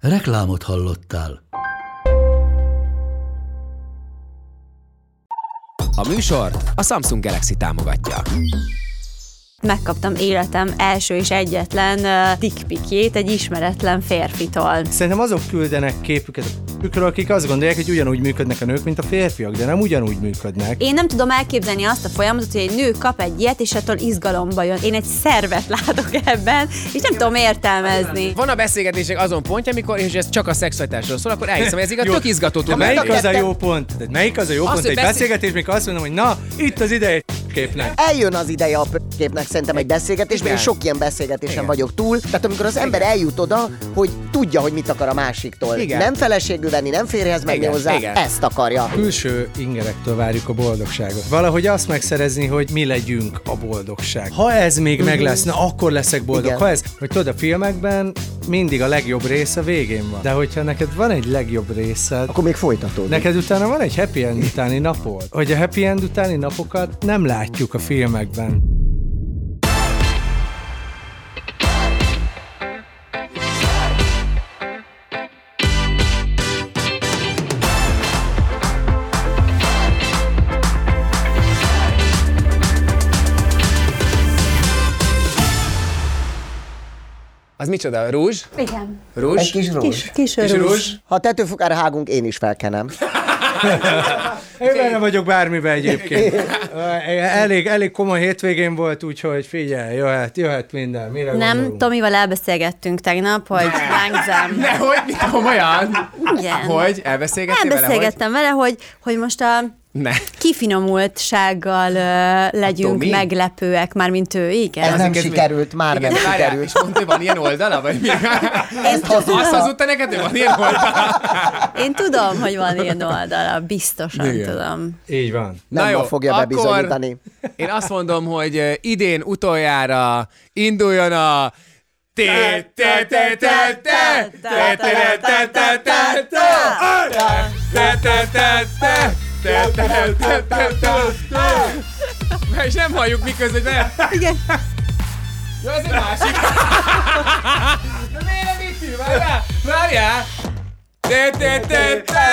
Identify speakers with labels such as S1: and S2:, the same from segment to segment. S1: Reklámot hallottál.
S2: A műsort a Samsung Galaxy támogatja.
S3: Megkaptam életem első és egyetlen uh, dickpikjét egy ismeretlen férfitól.
S4: Szerintem azok küldenek képüket a nőkről, akik azt gondolják, hogy ugyanúgy működnek a nők, mint a férfiak, de nem ugyanúgy működnek.
S3: Én nem tudom elképzelni azt a folyamatot, hogy egy nő kap egy ilyet, és attól izgalomba jön. Én egy szervet látok ebben, és nem tudom értelmezni.
S2: Van a beszélgetések azon pontja, amikor és ez csak a szexualitásról szól, akkor elhiszem, hogy ez igaz,
S4: Jó.
S2: tök izgató tud lenni.
S4: Melyik az a jó pont? De melyik az a jó
S2: Azt,
S4: pont
S2: hogy
S4: egy
S2: beszél-
S4: beszélgetés, mikor azt mondom, hogy na, itt az ideje egy képnek.
S5: Eljön az ideje a képnek szerintem egy beszélgetésben,
S2: Igen.
S5: és sok ilyen beszélgetésen
S2: Igen.
S5: vagyok túl. Tehát amikor az ember eljut oda, hogy tudja, hogy mit akar a másiktól.
S2: Igen.
S5: Nem feleségül venni, nem férjhez menni
S2: Igen,
S5: hozzá,
S2: igen.
S5: ezt akarja.
S4: Külső ingerektől várjuk a boldogságot. Valahogy azt megszerezni, hogy mi legyünk a boldogság. Ha ez még
S2: Mhm.
S4: meg lesz, na akkor leszek boldog.
S5: Igen.
S4: Ha ez, hogy tudod, a filmekben mindig a legjobb rész a végén van. De hogyha neked van egy legjobb részed,
S5: Akkor még folytatódik.
S4: Neked utána van egy happy end utáni napod? Hogy a happy end utáni napokat nem látjuk a filmekben.
S2: Az micsoda? Rúzs?
S3: Igen.
S2: Rúzs?
S5: Egy kis rúzs.
S3: Kis
S2: Kis
S3: örülés.
S2: rúzs?
S5: Ha tetőfokára hágunk, én is felkenem.
S4: Én benne vagyok bármiben egyébként. Elég, elég komoly hétvégén volt, úgyhogy figyelj, jöhet, jöhet minden. Mire
S3: Nem,
S4: gondolunk?
S3: Tomival elbeszélgettünk tegnap, hogy lángzám.
S2: Nehogy, mit komolyan?
S3: Igen.
S2: Hogy? Elbeszélgettél vele? hogy?
S3: Elbeszélgettem vele, hogy, hogy most a
S2: Ne.
S3: kifinomultsággal ö, legyünk
S2: Tomi?
S3: meglepőek, mármint ő, igen.
S5: Ez nem
S2: ez mi?
S5: sikerült, már
S2: Igen,
S5: nem
S2: várjál,
S5: sikerült.
S2: És mondta, hogy van ilyen oldala? Vagy mi? Ezt
S5: hazudta.
S2: Azt hazudta neked, hogy van ilyen oldala?
S3: Én tudom, hogy van ilyen oldala, biztosan Igen. tudom.
S4: Így van.
S5: Nem ma fogja bebizonyítani.
S2: Én azt mondom, hogy ö, idén utoljára induljon a te te te te te te te te te te te Te, te, te, te, te, te, te, te, te, te. És nem halljuk miközben, hogy ne.
S3: Igen.
S2: Jó, ez egy másik. De miért nem itt ül? Várjál, várjál. Te, te, te, te,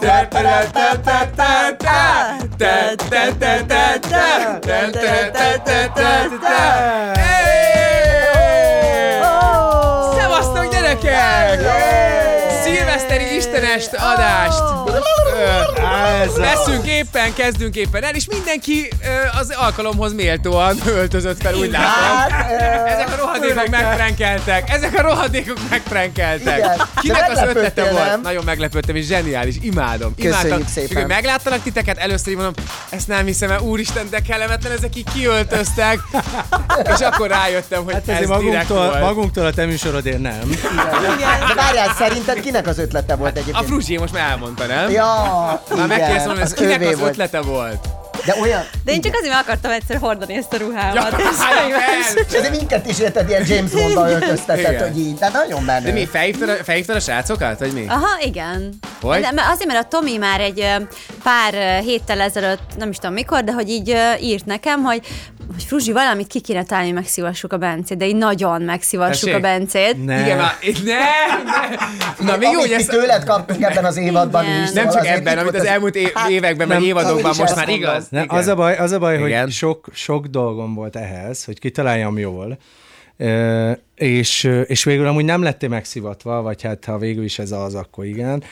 S2: te, te, te, te, te, te, te, te, te, te, te, te, te, te, te, te. Hey! Szevasztok, gyerekek! Szilveszteri istenest adást!
S4: Ez a...
S2: Veszünk éppen, kezdünk éppen el, és mindenki ö, az alkalomhoz méltóan öltözött fel, úgy látom.
S5: Hát, ö,
S2: Ezek a rohadékok megprenkeltek. Ezek a rohadékok megprenkeltek.
S5: Igen. De
S2: Kinek az
S5: meglepődtél,
S2: ötlete volt?
S5: nem?
S2: Nagyon meglepődtem, és zseniális. Imádom.
S5: Köszönjük
S2: Imádtam.
S5: szépen.
S2: És hogy megláttalak titeket, először így mondom, ezt nem hiszem el, úristen, de kellemetlen, ezek így kiöltöztek. és akkor rájöttem, hogy ez
S4: Hát ezért
S2: direkt
S4: magunktól,
S2: volt.
S4: magunktól a te műsorodért nem.
S5: De várjál, szerinted kinek az ötlete volt
S2: A
S5: egyébként?
S2: fruzsi most már elmondta, nem?
S5: Ja,
S2: Már megkérdeztem,
S5: igen,
S2: hogy ez kinek
S5: övé
S2: az
S5: volt.
S2: ötlete volt?
S5: De olyan,
S3: De én csak azért mert akartam egyszer hordani ezt a ruhámat.
S2: Ja, hát
S3: és sajnos-
S5: és azért minket is érted, ilyen James Bond-ba öltöztetett,
S2: Igen.
S5: hogy így, de nagyon menő.
S2: De mi, felhívtad a, felhívtad a srácokat, vagy mi?
S3: Aha, igen.
S2: Hogy?
S3: De, mert azért, mert a Tomi már egy ö, pár ö, héttel ezelőtt, nem is tudom mikor, de hogy így ö, írt nekem, hogy hogy Fruzsi, valamit ki kéne találni, megszívassuk a Bencét, de így nagyon megszívassuk
S2: Tessék?
S3: a Bencét.
S4: Ne.
S2: Igen, már, ne, ne. Na, még jó,
S5: Amit
S2: hogy
S5: mi
S2: ezt...
S5: tőled kaptunk ebben az évadban is.
S3: Igen.
S5: szóval
S2: Nem csak
S5: azért
S2: ebben,
S5: itt
S2: amit
S5: volt Hát,
S2: az elmúlt é- években, meg
S4: nem,
S2: évadokban
S5: is
S2: most
S5: ezt
S2: már
S5: mondom.
S2: igaz.
S4: Nem,
S2: Igen.
S4: az a baj, az a baj
S2: Igen.
S4: hogy sok, sok dolgom volt ehhez, hogy kitaláljam jól, Ö, és, és végül amúgy nem lettél megszivatva, vagy hát ha végül is ez az, akkor igen,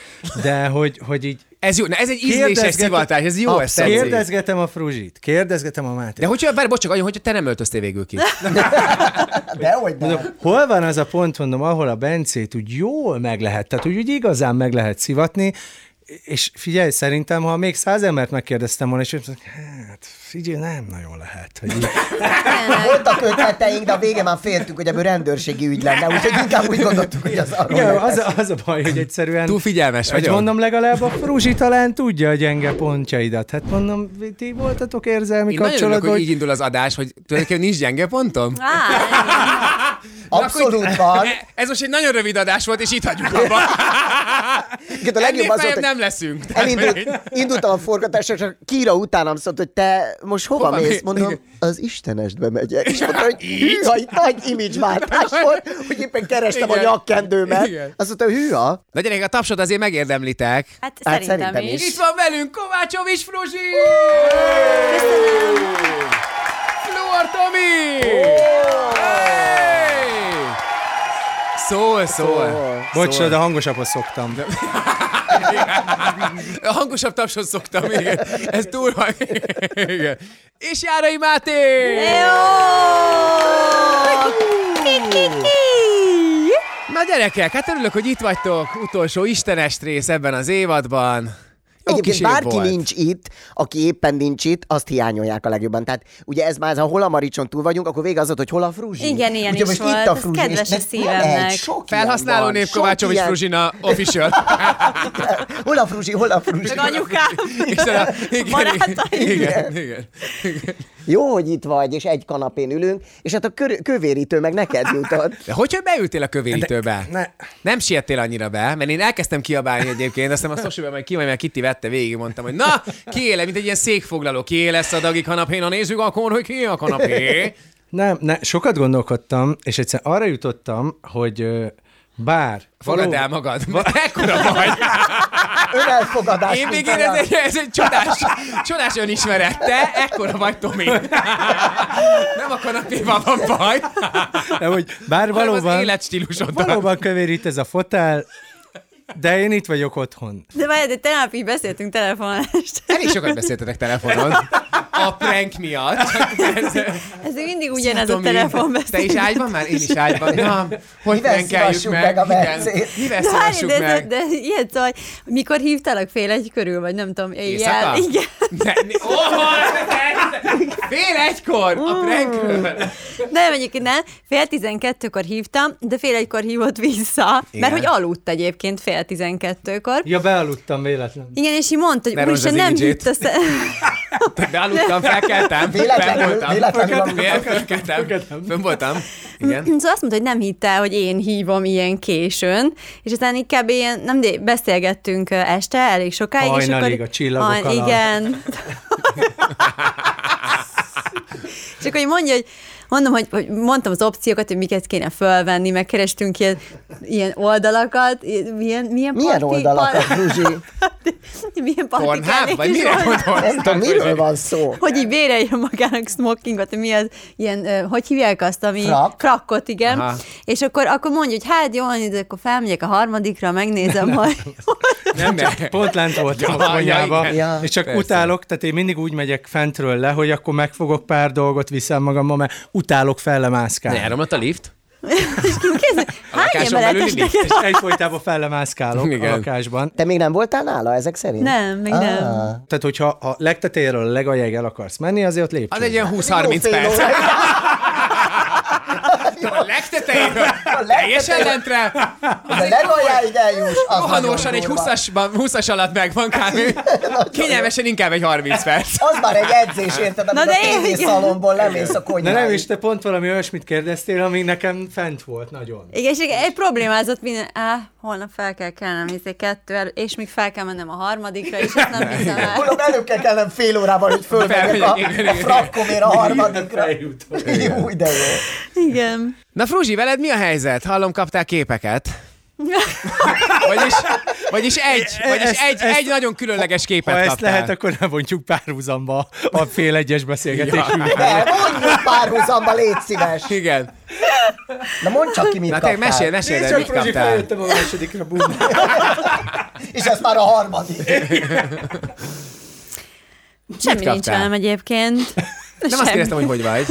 S4: de hogy, hogy így
S2: Ez jó, na, ez egy ízléses
S4: Kérdezgetek-
S2: szivatás, ez jó, ez
S4: Abszolút.
S2: Kérdez...
S4: Kérdezgetem a fruzsit, kérdezgetem a Mátét.
S2: De hogyha, bár, bocsánat, anyu, hogyha te nem öltöztél végül ki.
S5: Dehogy nem.
S4: Mondom, hol van az a pont, mondom, ahol a Bencét úgy jól meg lehet, tehát úgy, úgy igazán meg lehet szivatni, És figyelj, szerintem, ha még száz embert megkérdeztem volna, és ők mondták, hát figyelj, nem nagyon lehet. Hogy így.
S5: Voltak ötleteink, de a végén már féltünk, hogy ebből rendőrségi ügy lenne, úgyhogy inkább úgy gondoltuk, hogy az arról
S4: Igen,
S5: lesz.
S4: az, a, az a baj, hogy egyszerűen...
S2: Túl figyelmes
S4: Vagy
S2: vagyok.
S4: mondom, legalább a Fruzsi talán tudja a gyenge pontjaidat. Hát mondom, ti voltatok érzelmi
S2: Én nagyon örülök,
S4: kapcsolatban,
S2: hogy
S4: hogy
S2: így indul az adás, hogy tulajdonképpen nincs gyenge pontom.
S3: Á, hát
S5: Abszolút van.
S2: E- Ez most egy nagyon rövid adás volt, és itt hagyjuk abba.
S5: Igen, a legjobb az volt, hogy
S2: nem leszünk. Tehát, hogy-
S5: elindult, indultam a forgatásra, és a Kira utánam szólt, hogy te most hova,
S2: Hova
S5: hova mész?
S2: mész?
S5: Mondom,
S2: Igen.
S5: az Istenestbe megyek. És mondta, hogy hűha, itt nagy image-váltás volt, hogy éppen kerestem
S2: Igen.
S5: a nyakkendőmet.
S2: Igen.
S5: Azt mondta, hogy hűha.
S2: Na gyerekek, a tapsot azért megérdemlitek.
S3: hát
S5: Hát
S3: szerintem,
S5: szerintem
S3: is.
S5: is.
S2: Itt van velünk Kovácsovics Fruzsi! Flór Tomi! Hey! Szól, szól.
S4: Bocs, de hangosabbhoz szoktam. De...
S2: A hangosabb tapsot szoktam, igen. Ez túl van. Igen. És Járai Máté! Na gyerekek, hát örülök, hogy itt vagytok. Utolsó istenest rész ebben az évadban. Jó kis
S5: Egyébként
S2: év
S5: bárki
S2: volt.
S5: nincs itt, aki éppen nincs itt, azt hiányolják a legjobban. Tehát ugye ez már, ha hol a Maricson túl vagyunk, akkor vége az volt, hogy hol a Fruzsi.
S3: Igen, ilyen
S5: Ugye
S3: is
S5: most
S3: volt.
S5: itt a
S3: Ez
S5: Fruzsi, és
S3: kedves a
S5: nem egy,
S3: szívemnek.
S5: sok ilyen
S2: Felhasználó
S5: van,
S2: név
S5: sok
S2: Kovácsovics
S5: ilyen.
S2: Fruzsina official.
S5: Hol a Fruzsi, hol a Fruzsi.
S3: Meg anyukám.
S2: És a- igen,
S3: Barátaim.
S2: igen, igen.
S5: Jó, hogy itt vagy, és egy kanapén ülünk, és hát a kör- kövérítő meg neked jutott.
S2: De hogy, hogy beültél a kövérítőbe?
S4: ne.
S2: Nem siettél annyira be, mert én elkezdtem kiabálni egyébként, aztán a sosiban majd kimaj, mert Kitti vette végig, mondtam, hogy na, kiéle, mint egy ilyen székfoglaló, kié lesz a dagik kanapén, ha nézzük akkor, hogy kié a kanapé.
S4: Nem, ne, sokat gondolkodtam, és egyszer arra jutottam, hogy ö, bár...
S2: Fogad
S4: való-
S2: el magad. Ekkora vagy.
S5: Önelfogadás.
S2: Én még
S5: mint
S2: én ez
S5: olyan.
S2: egy, ez egy csodás, csodás önismeret. Te ekkora vagy, Tomi. Nem a kanapéval van baj,
S4: De, hogy bár
S2: hanem az
S4: Hát valóban,
S2: életstílusoddal.
S4: valóban kövérít ez a fotel, de én itt vagyok otthon.
S3: De várj, de tegnap így beszéltünk telefonon este.
S2: Elég sokat beszéltetek telefonon. A prank miatt. Ez,
S3: Ez még mindig ugyanez
S2: Tudom
S3: a
S2: én. Te
S3: telefonbeszélgetés.
S2: is ágyban már? Én is ágyban. Na, hogy
S5: Mivel
S2: prankeljük
S5: szivassuk
S2: meg?
S5: meg a
S2: Igen,
S5: Bencét?
S2: Mivel
S3: De várj,
S2: szivassuk
S3: de, de,
S2: meg?
S3: de ilyet, szóval, mikor hívtalak fél egy körül, vagy nem tudom, éjjel.
S2: Éjszaka?
S3: Igen.
S2: Ne, ne, oh, fél egykor a prankről.
S3: Nem, egyébként nem. Fél tizenkettőkor hívtam, de fél egykor hívott vissza, mert hogy aludt egyébként fél tizenkettőkor.
S4: Ja, bealudtam véletlenül.
S3: Igen, és így mondta,
S2: Ne
S3: hogy
S2: rontsd
S3: úristen,
S2: az
S3: nem
S2: imidzsét.
S3: hitt a szem.
S2: De aludtam, felkeltem,
S5: Véletlenül-
S2: fenn voltam.
S5: véletlenül aludtam.
S2: Felkeltem, fönn voltam. Igen.
S3: Szóval azt mondta, hogy nem hitte el, hogy én hívom ilyen későn, és aztán inkább ilyen, nem de- beszélgettünk ö, este elég sokáig,
S4: Hajnalig
S3: és akkor...
S4: a csillagok
S3: Haj-
S4: alatt.
S3: Igen. és akkor így mondja, hogy mondom, hogy, hogy mondtam az opciókat, hogy miket kéne fölvenni, meg kerestünk ilyen, ilyen oldalakat, ilyen, milyen, milyen,
S5: Milyen
S3: parti-
S5: oldalak a
S3: par-
S5: Fruzsi?
S3: milyen parti
S2: Pornhub? Vagy mire
S5: Nem tudom,
S2: gondolsz?
S5: miről van szó?
S3: hogy így bérelje magának smokingot, mi az ilyen, ö, hogy hívják azt, ami
S5: Frak?
S3: frakkot, igen.
S2: Aha.
S3: És akkor, akkor mondja, hogy hát jó, annyi, de akkor felmegyek a harmadikra, megnézem majd.
S2: Nem, nem.
S4: Pont lent voltam
S2: Ja,
S4: a konyhában,
S2: ja,
S5: igen.
S4: és csak
S2: Persze.
S4: Persze. utálok, tehát én mindig úgy megyek fentről le, hogy akkor megfogok pár dolgot, viszem magammal, mert utálok
S2: Ne,
S4: fellemászkálni.
S2: elromlott a lift?
S3: És kérdezi, hány
S2: lakáson
S3: emeletes
S2: belüli
S3: neked?
S4: És egyfolytában fellemászkálok
S2: Igen.
S4: a lakásban.
S5: Te még nem voltál nála ezek szerint?
S3: Nem, még nem.
S4: Tehát, hogyha a legtetejéről a legaljáig el akarsz menni, azért ott lépcsőzz.
S2: Az egy ilyen 20-30
S5: Jó fél
S2: perc.
S5: óra.
S2: A legtetejéről. Teljesen lentre.
S5: De legaljáig eljuss. az
S2: Rohanósan
S5: nagyon
S2: egy
S5: durva.
S2: 20-asban, 20-as alatt megvan kb. Kényelmesen inkább egy 30 perc.
S5: Az már egy edzés, érted,
S3: Na
S5: amikor
S3: de
S5: a
S3: én-
S5: tévészalomból lemész a
S4: De
S5: konyháig.
S4: nem, és te pont valami olyasmit kérdeztél, ami nekem fent volt nagyon.
S3: Igen, és egy problémázott minden, á, holnap fel kell kelnem, hiszen kettő el, és még fel kell mennem a harmadikra, és azt nem hiszem el.
S5: Holom elő kell kellem fél órával, hogy fölmegyek a,
S2: Felmegyek, igen,
S5: a
S2: igen.
S5: frakkomért a harmadikra.
S4: Eljutott.
S5: Jó, de jó.
S3: Igen.
S2: Na Fruzsi, veled mi a helyzet? Hallom, kaptál képeket. Vagyis, vagyis egy, vagyis
S4: E, Ezt-
S2: egy,
S4: ezt-
S2: egy nagyon különleges
S4: Ha
S2: képet
S4: ezt
S2: kaptál.
S4: lehet, akkor nem vontjuk párhuzamba a fél egyes beszélgetésünk.
S5: De mondjuk párhuzamba, légy szíves.
S2: Igen.
S5: Na mondd csak ki, mit
S2: Na te
S5: kaptál.
S2: mesél, mesél, el, mit kaptál.
S4: a másodikra, bum.
S5: És ez már a harmadik.
S3: Semmi nincs
S2: kaptál?
S3: velem egyébként.
S2: Nem azt kérdeztem, hogy hogy vagy.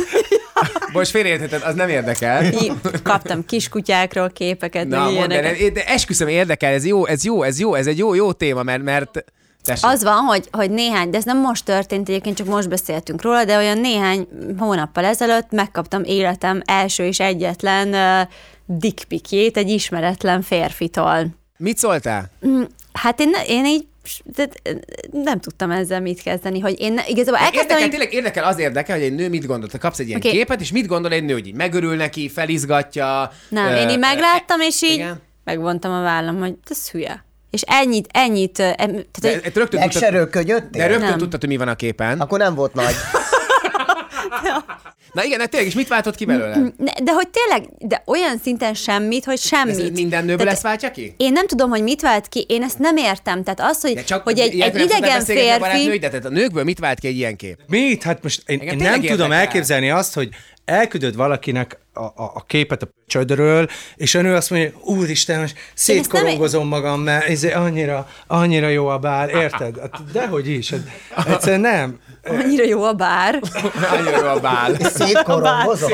S2: Most félreértheted, az nem érdekel.
S3: Í- Kaptam kiskutyákról képeket,
S2: Na,
S3: meg
S2: mondd
S3: ilyeneket.
S2: el, de esküszöm érdekel, ez jó, ez jó, ez jó, ez egy jó, jó téma, mert, mert tessék.
S3: Az van, hogy, hogy néhány, de ez nem most történt, egyébként csak most beszéltünk róla, de olyan néhány hónappal ezelőtt megkaptam életem első és egyetlen uh, dickpikjét egy ismeretlen férfitól.
S2: Mit szóltál?
S3: Mm, Hát én, én így de nem tudtam ezzel mit kezdeni, hogy én ne- igazából elkezdtem...
S2: Érdekel,
S3: így-
S2: tényleg érdekel, az érdekel, hogy egy nő mit gondol. Te kapsz egy ilyen
S3: Oké.
S2: okay. képet, és mit gondol egy nő, hogy így megörül neki, felizgatja.
S3: Nem,
S2: ö, e-
S3: én így megláttam, és így
S2: igen.
S3: megvontam a vállam, hogy ez hülye. És ennyit, ennyit, ö, em,
S2: De,
S3: tehát,
S2: de
S3: hogy
S2: rögtön
S5: Meg se
S2: tudtad, de
S5: rökönyödtél?
S2: rögtön
S3: Nem.
S2: tudtad, hogy mi van a képen.
S5: Akkor nem volt nagy.
S2: Na igen, de tényleg, és mit váltott ki belőle?
S3: ne- de hogy tényleg, de olyan szinten semmit, hogy
S2: Ez
S3: semmit.
S2: minden nőből
S3: Tehát-
S2: ezt váltja ki?
S3: Én nem tudom, hogy mit vált ki, én ezt nem értem. Tehát az,
S2: De
S3: hogy,
S2: csak
S3: hogy egy,
S2: ilyet
S3: egy
S2: nem tudtál
S3: idegen
S2: beszélgetni a
S3: férfi...
S2: barátnőidet? Tehát a nőkből mit vált ki egy ilyen kép?
S4: Mit? Hát most én,
S2: Engem
S4: én
S2: tényleg
S4: nem tudom
S2: érdekel.
S4: elképzelni azt, hogy elküldöd valakinek a, a, a képet a csödről, és a nő azt mondja, úristen, most szétkorongozom magam, mert ez annyira, annyira jó a bár, érted? Hát Dehogy is. hát Egyszerűen nem.
S3: Annyira jó a bár.
S2: Nagyon jó a bál.
S5: Szétkorongozom.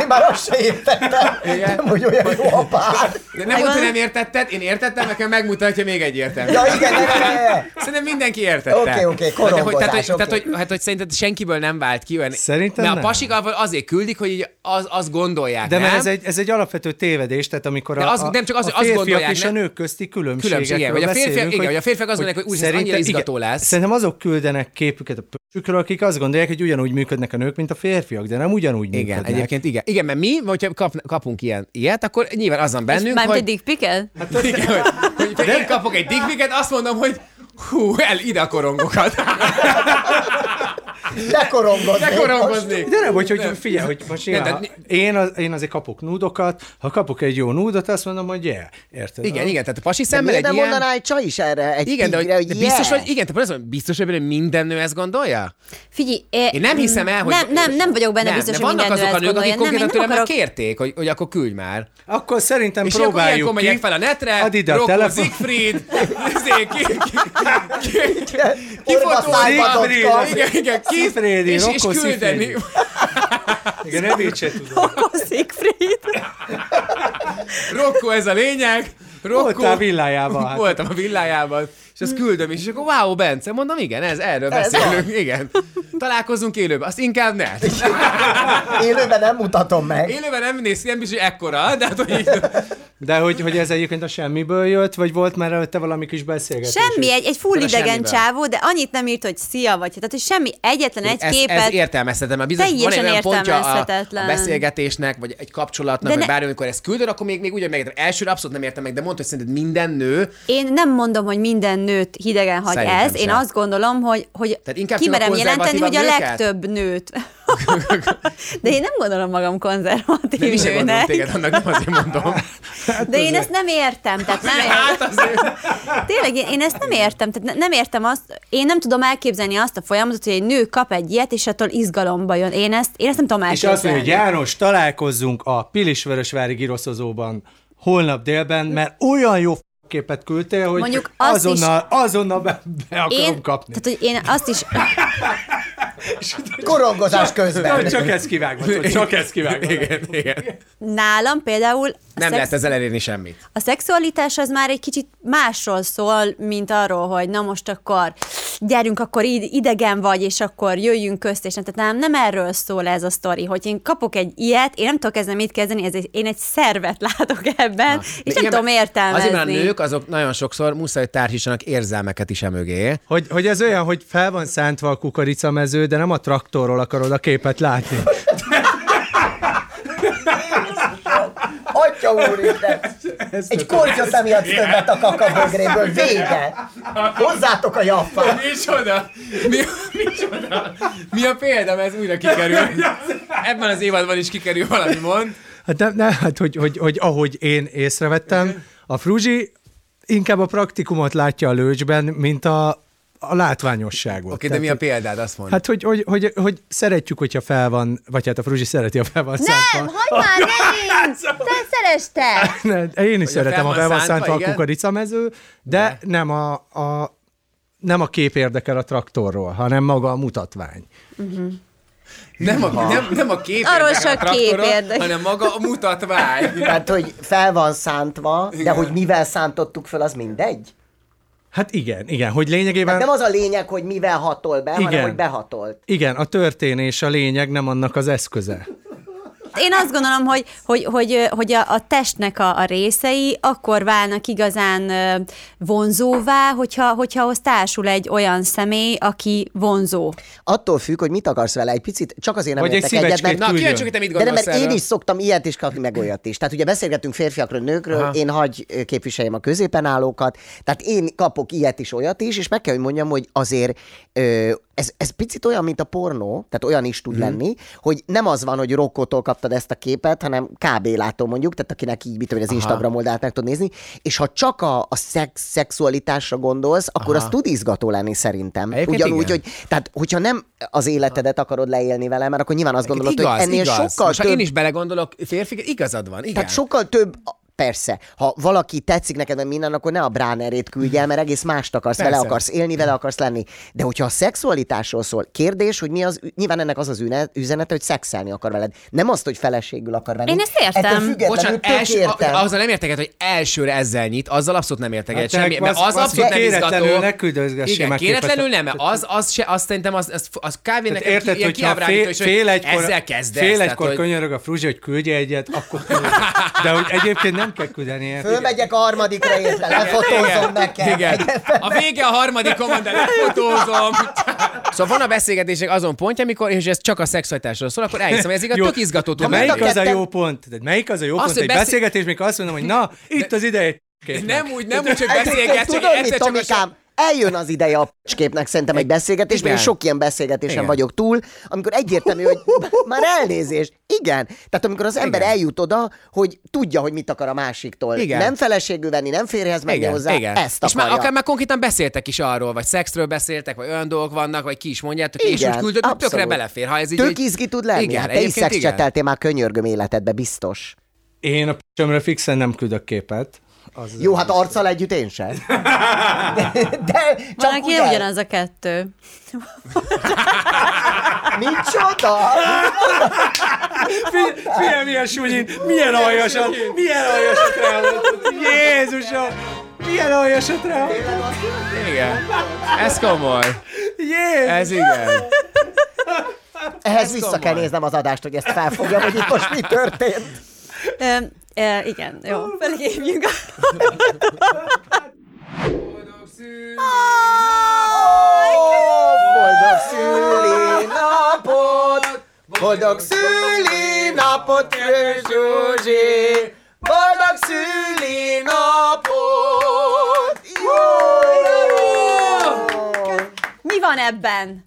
S5: Én már azt se értettem,
S2: Igen.
S5: nem, hogy olyan jó a pár.
S2: De nem volt, hogy nem értetted, én értettem, nekem megmutatja még egy értelmet.
S5: Ja, igen, ne, ne, ne, ne.
S2: Szerintem mindenki értette.
S5: Oké, oké,
S2: tehát, hogy, tehát, hogy,
S5: korongozás,
S2: tehát,
S5: oké.
S2: hogy, hát, hogy szerinted senkiből nem vált ki olyan.
S4: Szerintem
S2: Mert
S4: nem.
S2: a pasikkal azért küldik, hogy így az, azt gondolják,
S4: De
S2: Hát nem?
S4: mert ez egy, ez egy alapvető tévedés, tehát amikor
S2: De
S4: a,
S2: az-
S4: a,
S2: nem csak az,
S4: a
S2: hogy azt
S4: férfiak
S2: gondolják,
S4: és
S2: ne-
S4: a nők közti különbségekről
S2: Különbség, igen, vagy a férfiak-
S4: beszélünk,
S2: igen, vagy a férfiak azt gondolják, hogy úristen,
S4: szerintem-
S2: annyira
S4: igen,
S2: izgató lesz.
S4: Szerintem azok küldenek képüket a pöcsükről, akik azt gondolják, hogy ugyanúgy működnek a nők, mint a férfiak, de nem ugyanúgy
S2: Igen,
S4: működnek.
S2: egyébként igen. Igen, mert mi, hogyha kap, kapunk ilyen, ilyet, akkor nyilván az van bennünk,
S3: Mármint
S2: hogy...
S3: egy dick pic-et?
S2: Igen, hogy, hogy de... én kapok egy dickpiket, azt mondom, hogy hú, el, ide a korongokat.
S5: Lekorongoznék.
S2: Ne korongoznék.
S4: De nem, hogy, hogy figyelj, hogy most
S2: Nem,
S4: nyilván,
S2: tehát
S4: ha én, az, én azért kapok núdokat, ha kapok egy jó núdot, azt mondom, hogy yeah, érted? Ah,
S2: Igen, igen, tehát a pasi
S5: De
S2: szemmel
S5: miért
S2: egy
S5: nem
S2: ilyen...
S5: mondaná egy csaj is erre? Egy
S2: Igen, de, hogy,
S5: tigre,
S2: de biztos,
S5: yeah.
S2: hogy, igen, te pont azt mondom, biztos, hogy belőle minden nő ezt gondolja?
S3: Figyelj, eh,
S2: Én nem hiszem el, hogy...
S3: Nem, nem, nem vagyok benne
S2: nem,
S3: biztos,
S2: de
S3: hogy minden
S2: vannak azok
S3: nő
S2: a
S3: ezt
S2: nők, akik
S3: gondolja. Nem, én
S2: konkrétan
S3: nem
S2: tőlem
S3: akarok...
S2: már kérték, hogy, hogy akkor küldj már.
S4: Akkor szerintem
S2: És akkor
S4: próbáljuk
S2: ilyenkor megyek
S4: ki.
S2: fel a netre,
S4: Add ide a
S2: Rokko
S4: telefon-
S2: Siegfried, nézzék, ki, ki, ki, ki,
S5: szájba
S2: kifotózni,
S4: dobtam.
S2: igen, igen, ki,
S4: Siegfriedi,
S2: és, és
S4: Rokko
S2: küldeni.
S4: Siegfriedi. Igen, nevét se tudom.
S3: Akkor Siegfried.
S2: Rokko ez a lényeg. Rokko,
S4: Voltál a villájában, hát.
S2: Voltam a villájában, és ezt küldöm is, és akkor wow, Bence, mondom, igen, ez, erről
S5: Ez
S2: beszélünk, igen. Találkozunk élőben, azt inkább ne.
S5: Élőben nem mutatom meg.
S2: Élőben nem néz ki, nem is, hogy ekkora, de hát, hogy így,
S4: De hogy, hogy ez egyébként a semmiből jött, vagy volt már előtte valami kis beszélgetés?
S3: Semmi, egy, egy full
S2: Tőle
S3: idegen
S2: semmivel.
S3: csávó, de annyit nem írt, hogy szia vagy. Tehát, hogy semmi, egyetlen egy
S2: ez,
S3: képet.
S2: ez értelmezhetem, mert bizony van egy
S3: Teljesen
S2: olyan pontja a, a
S3: értelmezhetetlen.
S2: beszélgetésnek, vagy egy kapcsolatnak,
S3: De
S2: vagy
S3: ne-
S2: bármi, amikor ezt küldöd, akkor még, még ugyan megértem. Elsőre abszolút nem értem meg, de mondta, hogy szerinted minden nő
S3: Én nem mondom, hogy minden nőt hidegen hagy
S2: Szerintem
S3: ez. Én
S2: sem.
S3: azt gondolom, hogy, hogy
S2: Tehát inkább csak
S3: kimerem
S2: a
S3: jelenteni, hogy a
S2: konzervatívabb nőket?
S3: legtöbb nőt. De én nem gondolom magam konzervatív
S2: de mi sem gondolom
S3: nőnek.
S2: téged, annak nem azért mondom. hát
S3: De én ezt nem értem, tehát nem értem. Tényleg, én, én ezt nem értem, tehát ne- nem értem azt, én nem tudom elképzelni azt a folyamatot, hogy egy nő kap egy ilyet, és attól izgalomba jön. Én ezt, én ezt nem tudom
S4: És azt mondja,
S3: elképzelni.
S4: hogy János, találkozzunk a Pilisvörösvári giroszozóban holnap délben, mert olyan jó f- képet küldtél, hogy
S3: Mondjuk azt is-
S4: azonnal, azonnal be, be akarom
S3: én,
S4: kapni.
S3: tehát, hogy én azt is,
S5: Korongozás
S4: Na,
S5: közben.
S4: csak ez kivágva, csak ez kivágva.
S2: Igen, igen.
S3: nálam például a,
S2: Nem
S3: szex,
S2: lehet ezzel elérni semmit.
S3: a szexualitás az már egy kicsit másról szól, mint arról, hogy na most akkor gyerünk, akkor id- idegen vagy, és akkor jöjjünk össze, és nem, tehát nem, nem erről szól ez a sztori, hogy én kapok egy ilyet, én nem tudok ezzel mit kezdeni, ez egy, én egy szervet látok ebben, és
S2: De
S3: nem
S2: igen,
S3: tudom
S2: mert
S3: értelmezni.
S2: Azért, mert a nők azok nagyon sokszor muszáj, hogy társítsanak érzelmeket is emögé.
S4: Hogy, hogy ez olyan, hogy fel van szántva a kukoricamező, de nem a traktorról akarod a képet látni.
S5: Atya úristen! Egy kortyot nem jött többet a kakabögréből. Vége! Hozzátok a jaffát!
S2: Micsoda? Mi, micsoda? Mi a példa, mert ez újra kikerül. Ebben az évadban is kikerül valami mond.
S4: Hát nem, nem hát hogy, hogy, hogy ahogy én észrevettem, a fruzsi inkább a praktikumot látja a lőcsben, mint a, a látványosságot.
S2: Oké, de
S4: Tehát,
S2: mi a
S4: hogy-
S2: példád, azt mondd.
S4: Hát, hogy, hogy, hogy, hogy szeretjük, hogyha fel van, vagy hát a Fruzsi szereti, ha fel van
S3: Nem,
S4: szántva.
S3: hagyd már, ne nincs! Te szeres te!
S4: Nem, én is
S2: fel
S4: szeretem, ha
S2: van
S4: fel van
S2: szántva,
S4: szántva a
S2: igen.
S4: kukoricamező, de nem a, a, nem a kép érdekel a traktorról, hanem maga a mutatvány.
S2: Nem a, nem, nem a kép
S3: Arról
S2: érdekel
S3: csak
S2: a traktoron,
S3: kép érdekel.
S2: hanem maga a mutatvány.
S5: Tehát, hogy fel van szántva, de
S2: Igen.
S5: hogy mivel szántottuk föl, az mindegy.
S4: Hát igen, igen, hogy lényegében...
S5: Tehát Hát nem az a lényeg, hogy mivel hatol be, hanem
S4: Igen.
S5: hogy behatolt.
S4: Igen, a történés a lényeg, nem annak az eszköze.
S3: Én azt gondolom, hogy, hogy, hogy, ö, hogy a, a testnek a, a részei akkor válnak igazán ö, vonzóvá, hogyha, hogyha ahhoz társul egy olyan személy, aki vonzó.
S5: Attól függ, hogy mit akarsz vele egy picit, csak azért nem
S4: Vagy egy
S5: értek egyet,
S4: szívecskét
S5: mert
S2: Na,
S4: Küldjön.
S2: kíváncsi, hogy te mit
S5: De nem,
S2: gondolsz
S5: mert én
S2: erről.
S5: is szoktam ilyet is kapni, meg olyat is. Tehát ugye beszélgetünk férfiakról, nőkről, Aha. én hagy ö, képviseljem a középen állókat, tehát én kapok ilyet is, olyat is, és meg kell, hogy mondjam, hogy azért ö, ez, ez picit olyan, mint a pornó, tehát olyan is
S2: Mhm.
S5: tud lenni, hogy nem az van, hogy rokkótól kaptad ezt a képet, hanem kb. látó mondjuk, tehát akinek így, mit tudom, én, az Instagram oldalt meg tud nézni, és ha csak a, a szex, szexualitásra gondolsz, akkor az tud izgató lenni szerintem.
S2: Egyébként
S5: Ugyanúgy,
S2: igen.
S5: hogy tehát, hogyha nem az életedet akarod leélni vele, mert akkor nyilván azt gondolod,
S2: igaz,
S5: hogy ennél
S2: igaz.
S5: sokkal
S2: Most, ha
S5: több
S2: én is belegondolok, férfi, igazad van, igen.
S5: tehát sokkal több, persze, ha valaki tetszik neked, meg minden, akkor ne a bránerét küldj el, mert egész mást akarsz, persze. vele
S2: Persze.
S5: akarsz élni, vele akarsz lenni. De hogyha a szexualitásról szól, kérdés, hogy mi az, nyilván ennek az az üne- üzenete, hogy szexelni akar veled. Nem azt, hogy feleségül akar venni.
S3: Én ezt értem.
S5: Ettől függetlenül
S2: Bocsánat,
S5: tök
S2: első,
S5: értem.
S2: a, azzal nem értek egyet, hogy elsőre ezzel nyit, azzal abszolút nem értek egyet
S4: Hát
S2: semmi,
S4: te
S2: mert
S4: kvasz-
S2: az
S4: kvasz-
S2: abszolút nem
S4: kéretlenül
S2: izgató.
S4: ne küldözgessé
S2: Igen,
S4: már képet.
S2: kéretlenül nem, mert az, az, se, azt szerintem az, az, az kávé
S4: Tehát
S2: nekem érted,
S4: érted,
S2: ilyen
S4: hogy ha
S2: kiábrándító,
S4: fél,
S2: és
S4: fél egykor,
S2: ezzel kezdesz.
S4: fél
S2: tehát,
S4: egykor
S2: hogy-
S4: könyörög a Fruzsi, hogy küldje egyet, akkor küldje. De hogy egyébként nem kell küldeni ilyet.
S5: Fölmegyek a harmadikra érte, lefotózom neked.
S2: Igen. A vége a harmadik komanda, lefotózom. Szóval van a beszélgetések azon pontja, amikor, és ez csak a szexualitásról szól, akkor elhiszem, hogy ez igaz,
S4: Jó,
S2: tök izgató
S4: De
S2: tud
S4: melyik
S2: lenni.
S4: az a
S5: ketten-
S4: jó pont? De melyik az a jó
S2: Az,
S4: pont
S2: hogy
S4: egy
S2: beszél-
S4: beszélgetés, mikor azt mondom, hogy na, itt az ideje.
S2: Nem úgy, nem úgy, hogy beszélgetsz, csak
S5: Tudod mit,
S2: egyszer csak a
S5: Tomikám? Eljön az ideje a képnek szerintem egy beszélgetésben,
S2: Igen.
S5: és sok ilyen beszélgetésen
S2: Igen.
S5: vagyok túl, amikor egyértelmű, hogy már elnézés. Igen. Tehát amikor az ember
S2: Igen.
S5: eljut oda, hogy tudja, hogy mit akar a másiktól.
S2: Igen.
S5: Nem feleségül venni, nem férjhez menni hozzá, ezt
S2: És
S5: akarja.
S2: már akár már konkrétan beszéltek is arról, vagy szexről beszéltek, vagy olyan dolgok vannak, vagy ki is mondjátok, és
S5: Igen,
S2: úgy küldött, hogy tökre
S5: abszolút.
S2: belefér. Ha ez így,
S5: Tök
S2: hogy-
S5: izgi tud lenni.
S2: Igen,
S5: Igen, hát te is
S2: egyébként igen.
S5: szexcseteltél már könyörgöm életedbe, biztos.
S4: Én a p***ömre fixen nem küldök képet. Az
S5: Jó, hát arccal együtt én sem. De, de
S3: Van,
S5: csak
S3: aki
S5: ugye,
S3: ugyanaz a kettő.
S5: Micsoda!
S4: Milyen, milyen súnyin, milyen aljasat, milyen aljasat rámondtad. Jézusom, milyen aljasat rámondtad.
S2: Igen. Ez komoly.
S4: Jézus.
S2: Ez igen.
S5: Ehhez vissza kell
S2: komoly.
S5: néznem az adást, hogy ezt felfogjam, hogy itt most mi történt.
S3: Ö, ö, igen, jó, felképjünk.
S5: Boldog szülinapot! Boldog szülinapot, Kős Zsuzsi! Boldog szülinapot! Jó!
S3: Mi van ebben?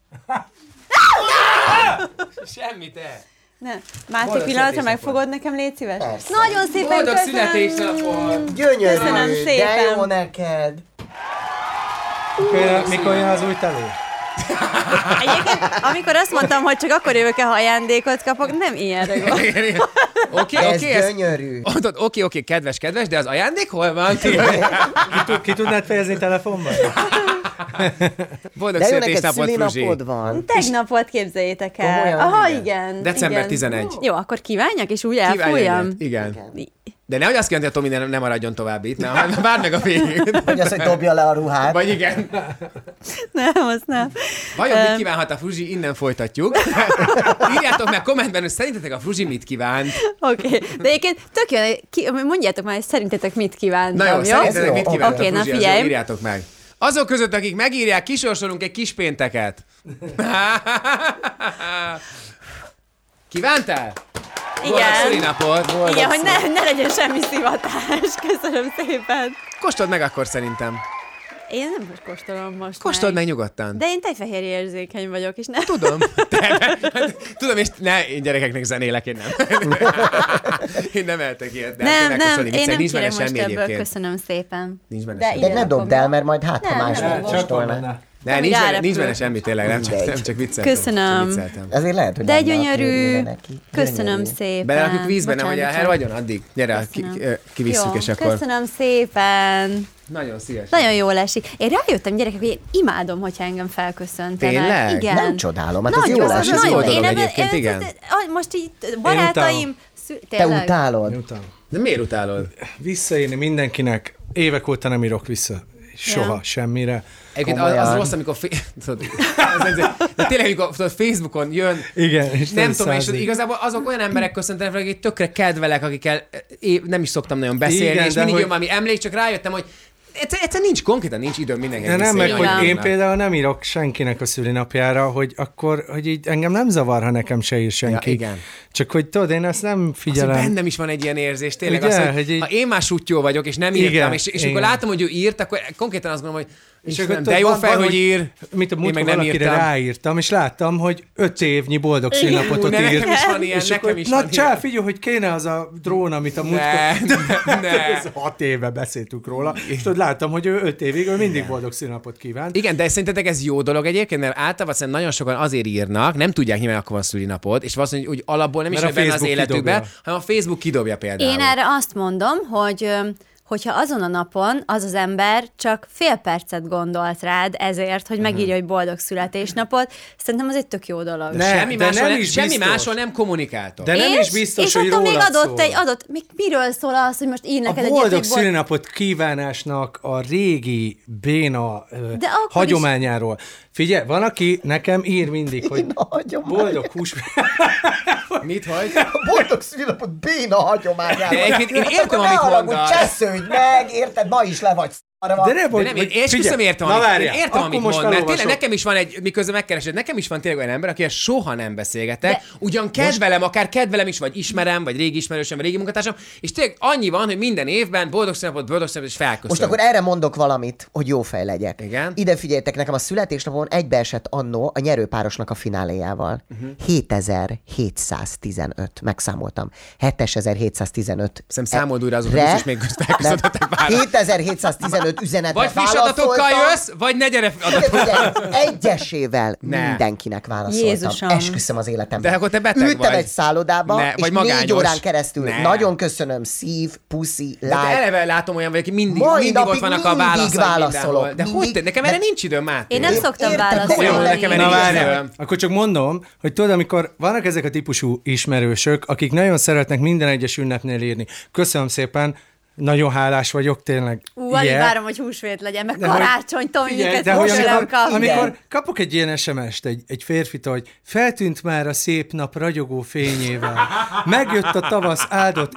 S2: Semmi te.
S3: Nem. Másik pillanatra megfogod nekem, légy szíves?
S5: Persze.
S3: Nagyon szépen
S2: Boldog
S3: köszönöm.
S2: születésnapot!
S5: Gyönyörű,
S3: Köszönöm
S5: de
S3: szépen.
S5: jó neked!
S4: Mikor- Mikor jön az új telé?
S3: Egyébként, amikor azt mondtam, hogy csak akkor jövök, ha ajándékot kapok, nem ilyenre gondoltam.
S2: Igen, igen. Oké,
S5: De ez
S2: oké, ez-
S5: gyönyörű.
S2: Mondod, oké, oké, kedves, kedves, de az ajándék hol van?
S4: Ki, tud- ki tudnád fejezni telefonban?
S2: Boldog
S5: De jó neked
S2: születésnapot, Fruzsi!
S5: szülinapod van.
S3: Tegnap volt, képzeljétek el.
S5: Komolyan?
S3: Aha,
S5: Igen.
S3: igen. igen.
S2: December 11.
S3: Jó, akkor kívánjak, és úgy
S2: Kívánj
S3: elfújjam.
S2: egyet. Igen. De nehogy azt jelenti, hogy Tomi ne, ne maradjon tovább itt, nem, várd meg a végét.
S5: Hogy az, hogy dobja le a ruhát.
S2: Vagy igen.
S3: Nem, az nem.
S2: Vajon mit kívánhat a Fruzsi? Innen folytatjuk. Írjátok meg kommentben, hogy szerintetek a Fruzsi mit kívánt.
S3: Oké. Okay. De egyébként tök jó, ki, mondjátok már, hogy szerintetek mit
S2: Na jó,
S3: kívántam,
S2: szerintetek
S5: jó.
S2: mit kívánt
S3: Oké,
S2: a
S3: na
S2: Fruzsi? Az
S3: figyelj.
S2: jó, írjátok meg. Azok között, akik megírják, kisorsolunk egy kis pénteket. Kívántál? Boldog
S3: Igen.
S2: szülinapot!
S3: Igen, hogy ne, ne legyen semmi szivatás. Köszönöm szépen.
S2: Kóstold meg akkor szerintem.
S3: Én nem most kóstolom most
S2: Kóstold meg nyugodtan.
S3: De én tejfehér érzékeny vagyok, és nem tudom.
S2: Tudom. Te- Tudom, és ne, én gyerekeknek zenélek, én nem. Én nem eltek ilyet. De hát tényleg
S3: Nem, nem,
S2: köszönjük,
S3: én
S2: viccelj,
S3: nem
S2: Nincs benne
S3: kérem most
S2: semmi
S3: ebből,
S2: egyébként.
S3: köszönöm szépen.
S2: Nincs benne
S3: De
S2: semmi.
S5: De
S3: ide
S5: ne dobd el, mert majd hát, ha
S3: Nem,
S5: más
S3: nem
S5: nem
S3: dobom.
S5: kóstolná.
S2: Ne, nincs benne,
S3: rárepült.
S2: nincs benne semmi, tényleg, nem csak, nem csak vicceltem.
S3: Köszönöm.
S2: Csak vicceltem.
S5: Ezért lehet, hogy
S3: De
S5: lenne a
S3: gyönyörű.
S5: férjére neki.
S3: Köszönöm
S5: Gyönyörű.
S3: szépen.
S2: Belerakjuk vízbe, nehogy
S3: Bocsánat, bocsánat.
S5: eh,
S2: elhervagyon, addig. Gyere, ki-
S3: Köszönöm.
S2: ki- kivisszük,
S3: Jó,
S2: és akkor...
S3: Köszönöm szépen.
S2: Nagyon szíves.
S3: Nagyon jól esik. Én rájöttem, gyerekek, hogy én imádom, hogyha engem felköszöntenek.
S2: Tényleg?
S3: Igen.
S5: Nem csodálom, hát ez
S3: nagyon,
S5: jól esik.
S2: Ez jó
S3: Nagyon,
S2: dolog
S3: én ebben-
S2: egyébként,
S3: én-
S2: igen.
S3: ez- ez- Most így barátaim... szü-
S5: Te
S3: Tényleg.
S5: utálod?
S4: Utána.
S2: De miért utálod?
S4: Visszaírni mindenkinek, évek óta nem írok vissza soha
S3: Ja.
S4: semmire.
S2: Egyébként az,
S5: Komolyan.
S2: az rossz, amikor... Fe... tudod, az- az- de tényleg, amikor tudod, Facebookon jön...
S4: Igen, és
S2: nem
S4: nem
S2: tudom, és
S4: százik.
S2: igazából azok olyan emberek köszöntenek, fel, akik tökre kedvelek, akikkel é- nem is szoktam nagyon beszélni,
S4: Igen,
S2: és
S4: de
S2: mindig
S4: hogy-
S2: jön valami emlék, csak rájöttem, hogy egyszer, egyszer nincs, konkrétan nincs időm mindenkinek.
S4: De nem,
S2: beszélni,
S4: meg
S3: Igen.
S4: hogy én
S2: anyámnak.
S4: például nem írok senkinek a szülinapjára, hogy akkor, hogy így engem nem zavar, ha nekem se ír senki.
S2: Ja, igen.
S4: Csak hogy tudod, én ezt nem
S2: Az, hogy
S4: figyelem.
S2: bennem is van egy ilyen érzés, tényleg
S4: Ugye,
S2: az, hogy,
S4: hogy
S2: hogy
S4: így-
S2: ha én már sutyó vagyok, és nem
S4: Igen,
S2: írtam, igen, és, és amikor
S4: igen.
S2: látom, hogy ő írt, akkor konkrétan azt gondolom, hogy és
S4: akkor
S2: nem,
S4: tudod,
S2: de jó
S4: van-
S2: fel,
S4: van,
S2: hogy ír,
S4: Mint a
S2: én
S4: múltkor
S2: meg nem
S4: valakire
S2: írtam.
S4: ráírtam, és láttam, hogy öt évnyi boldog szülinapot
S2: Ne,
S4: írt.
S2: nekem is van ilyen,
S4: És
S2: nekem
S4: akkor,
S2: is van
S4: Na csá,
S2: ilyen.
S4: figyelj, hogy kéne az a drón, amit a
S2: Ne,
S4: múltkor...
S2: ne, ne.
S4: Ez hat éve beszéltünk róla. És tudod, láttam, hogy ő öt évig, ő mindig boldog szülinapot kívánt.
S2: Igen, de szerintetek ez jó dolog egyébként, mert általában szerintem nagyon sokan azért írnak, nem tudják nyilván akkor van szülinapod, és valószínűleg úgy alapból nem is
S4: Mert a
S2: vagy benne az
S4: Facebook
S2: életükben,
S4: kidobja.
S2: hanem a Facebook kidobja például.
S3: Én erre azt mondom, hogy ö, hogyha azon a napon az az ember csak fél percet gondolt rád ezért,
S5: Mhm.
S3: hogy megírja, hogy boldog születésnapot, szerintem az egy tök jó dolog.
S4: Ne,
S2: semmi
S4: de
S2: máshol
S4: nem
S2: nem,
S4: is
S2: semmi
S4: biztos.
S2: máshol nem kommunikáltok.
S4: De nem is biztos,
S3: és
S4: hogy
S3: attól még
S4: rólad
S3: adott
S4: szól.
S3: egy adott, még miről szól az, hogy most ír
S4: A
S3: neked egy
S4: boldog
S3: ilyet, hogy bol-
S4: szülinapot kívánásnak a régi béna ö,
S3: De akkor is-
S4: hagyományáról. Figyelj, van, aki nekem ír mindig, hogy
S5: Béna hagyomány.
S4: boldog hús...
S2: Mit hagy?
S5: A boldog szülinapot béna hagyományában.
S2: De egyébként én értem,
S5: Akkor ne
S2: amit
S5: haragudj,
S2: mondasz.
S5: Csesződj meg, érted? Ma is le vagy szarva.
S4: De ne
S2: De
S4: vagy,
S2: nem, én esküszöm értem,
S4: na
S2: amit,
S4: várjál,
S2: én értem,
S4: akkor
S2: amit
S4: most
S2: mond, mert tényleg
S4: felolvasom.
S2: nekem is van egy, miközben megkeresed, nekem is van tényleg olyan ember, akivel soha nem beszélgetek, ugyan kedvelem, akár kedvelem is, vagy ismerem, vagy régi ismerősöm, vagy régi munkatársam, és tényleg annyi van, hogy minden évben boldog szülinapot, boldog szülinapot, és felköszönöm.
S5: Most akkor erre mondok valamit, hogy jó fej legyek.
S2: Igen.
S5: Ide figyeljetek, nekem a születésnapon egybeesett annó a nyerőpárosnak a fináléjával.
S2: Mhm.
S5: Uh-huh. 7715, megszámoltam. 7715.
S2: Szerintem számold újra azokat,
S5: re-
S2: biztos még felköszöntetek
S5: Nem. 7715 üzenetre
S2: Vagy friss adatokkal
S5: válaszoltam.
S2: jössz, vagy ne gyere
S5: Figyelj,
S2: adatokkal.
S5: figyelj, Egyesével
S2: Ne.
S5: mindenkinek válaszoltam.
S3: Jézusom.
S5: Esküszöm az
S2: De
S5: életemben.
S2: akkor te beteg
S5: Ültem
S2: vagy.
S5: egy szállodába,
S2: Ne,
S5: és
S2: vagy
S5: négy
S2: magányos.
S5: órán keresztül.
S2: Ne.
S5: Nagyon köszönöm, szív, puszi,
S2: De hát
S5: like,
S2: eleve látom olyan, vagy aki mindig,
S5: Mai
S2: mindig
S5: napig
S2: ott vannak a
S5: mindig
S2: válaszok
S5: válaszolok,
S2: mindenhol. De
S5: mindig.
S2: hogy te? Nekem erre
S5: De-
S2: nincs időm, Máté.
S3: Én nem szoktam
S5: Érted,
S3: válaszolni.
S5: komolyan, nekem
S2: elég
S4: Na
S2: Elég
S4: várjál,
S2: ismerőm.
S4: akkor csak mondom, hogy tudod, amikor vannak ezek a típusú ismerősök, akik nagyon szeretnek minden egyes ünnepnél írni. Köszönöm szépen, nagyon hálás vagyok, tényleg.
S3: Ú, alig
S4: ilyen.
S3: várom, hogy húsvét legyen, meg
S4: hogy-
S3: karácsonytól
S4: Figyelj,
S3: mondjuk ezt
S4: de hogy
S3: most nem
S4: amikor,
S3: kapni.
S4: amikor kapok egy ilyen SMS-t egy, egy férfitől, hogy feltűnt már a szép nap ragyogó fényével, megjött a tavasz áldott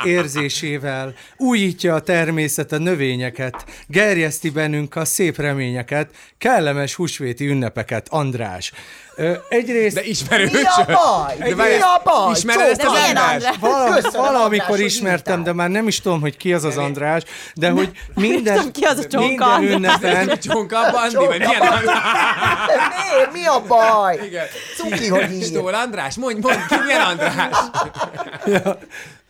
S4: érzésével, újítja a természet a növényeket, gerjeszti bennünk a szép reményeket, kellemes húsvéti ünnepeket, András. Ö, egyrészt...
S2: De ismerős.
S5: Mi a baj?
S2: De
S5: Mi
S2: várj,
S5: a baj?
S2: Ismered ezt az
S3: Csókolom.
S2: embert?
S4: Vala,
S5: Köszönöm,
S4: valamikor
S5: András, hogy
S4: ismertem, de
S5: hívtál.
S4: már nem is tudom, hogy ki az az András, de hogy minden,
S3: tudom, ki az a Csonka
S4: minden
S3: András.
S4: ünnepen,
S2: Csonka Bandi, vagy milyen
S5: De miért? Mi a baj?
S2: Igen.
S5: Cuki, hogy ír.
S2: Stól András? Mondj, mondj, ki milyen András?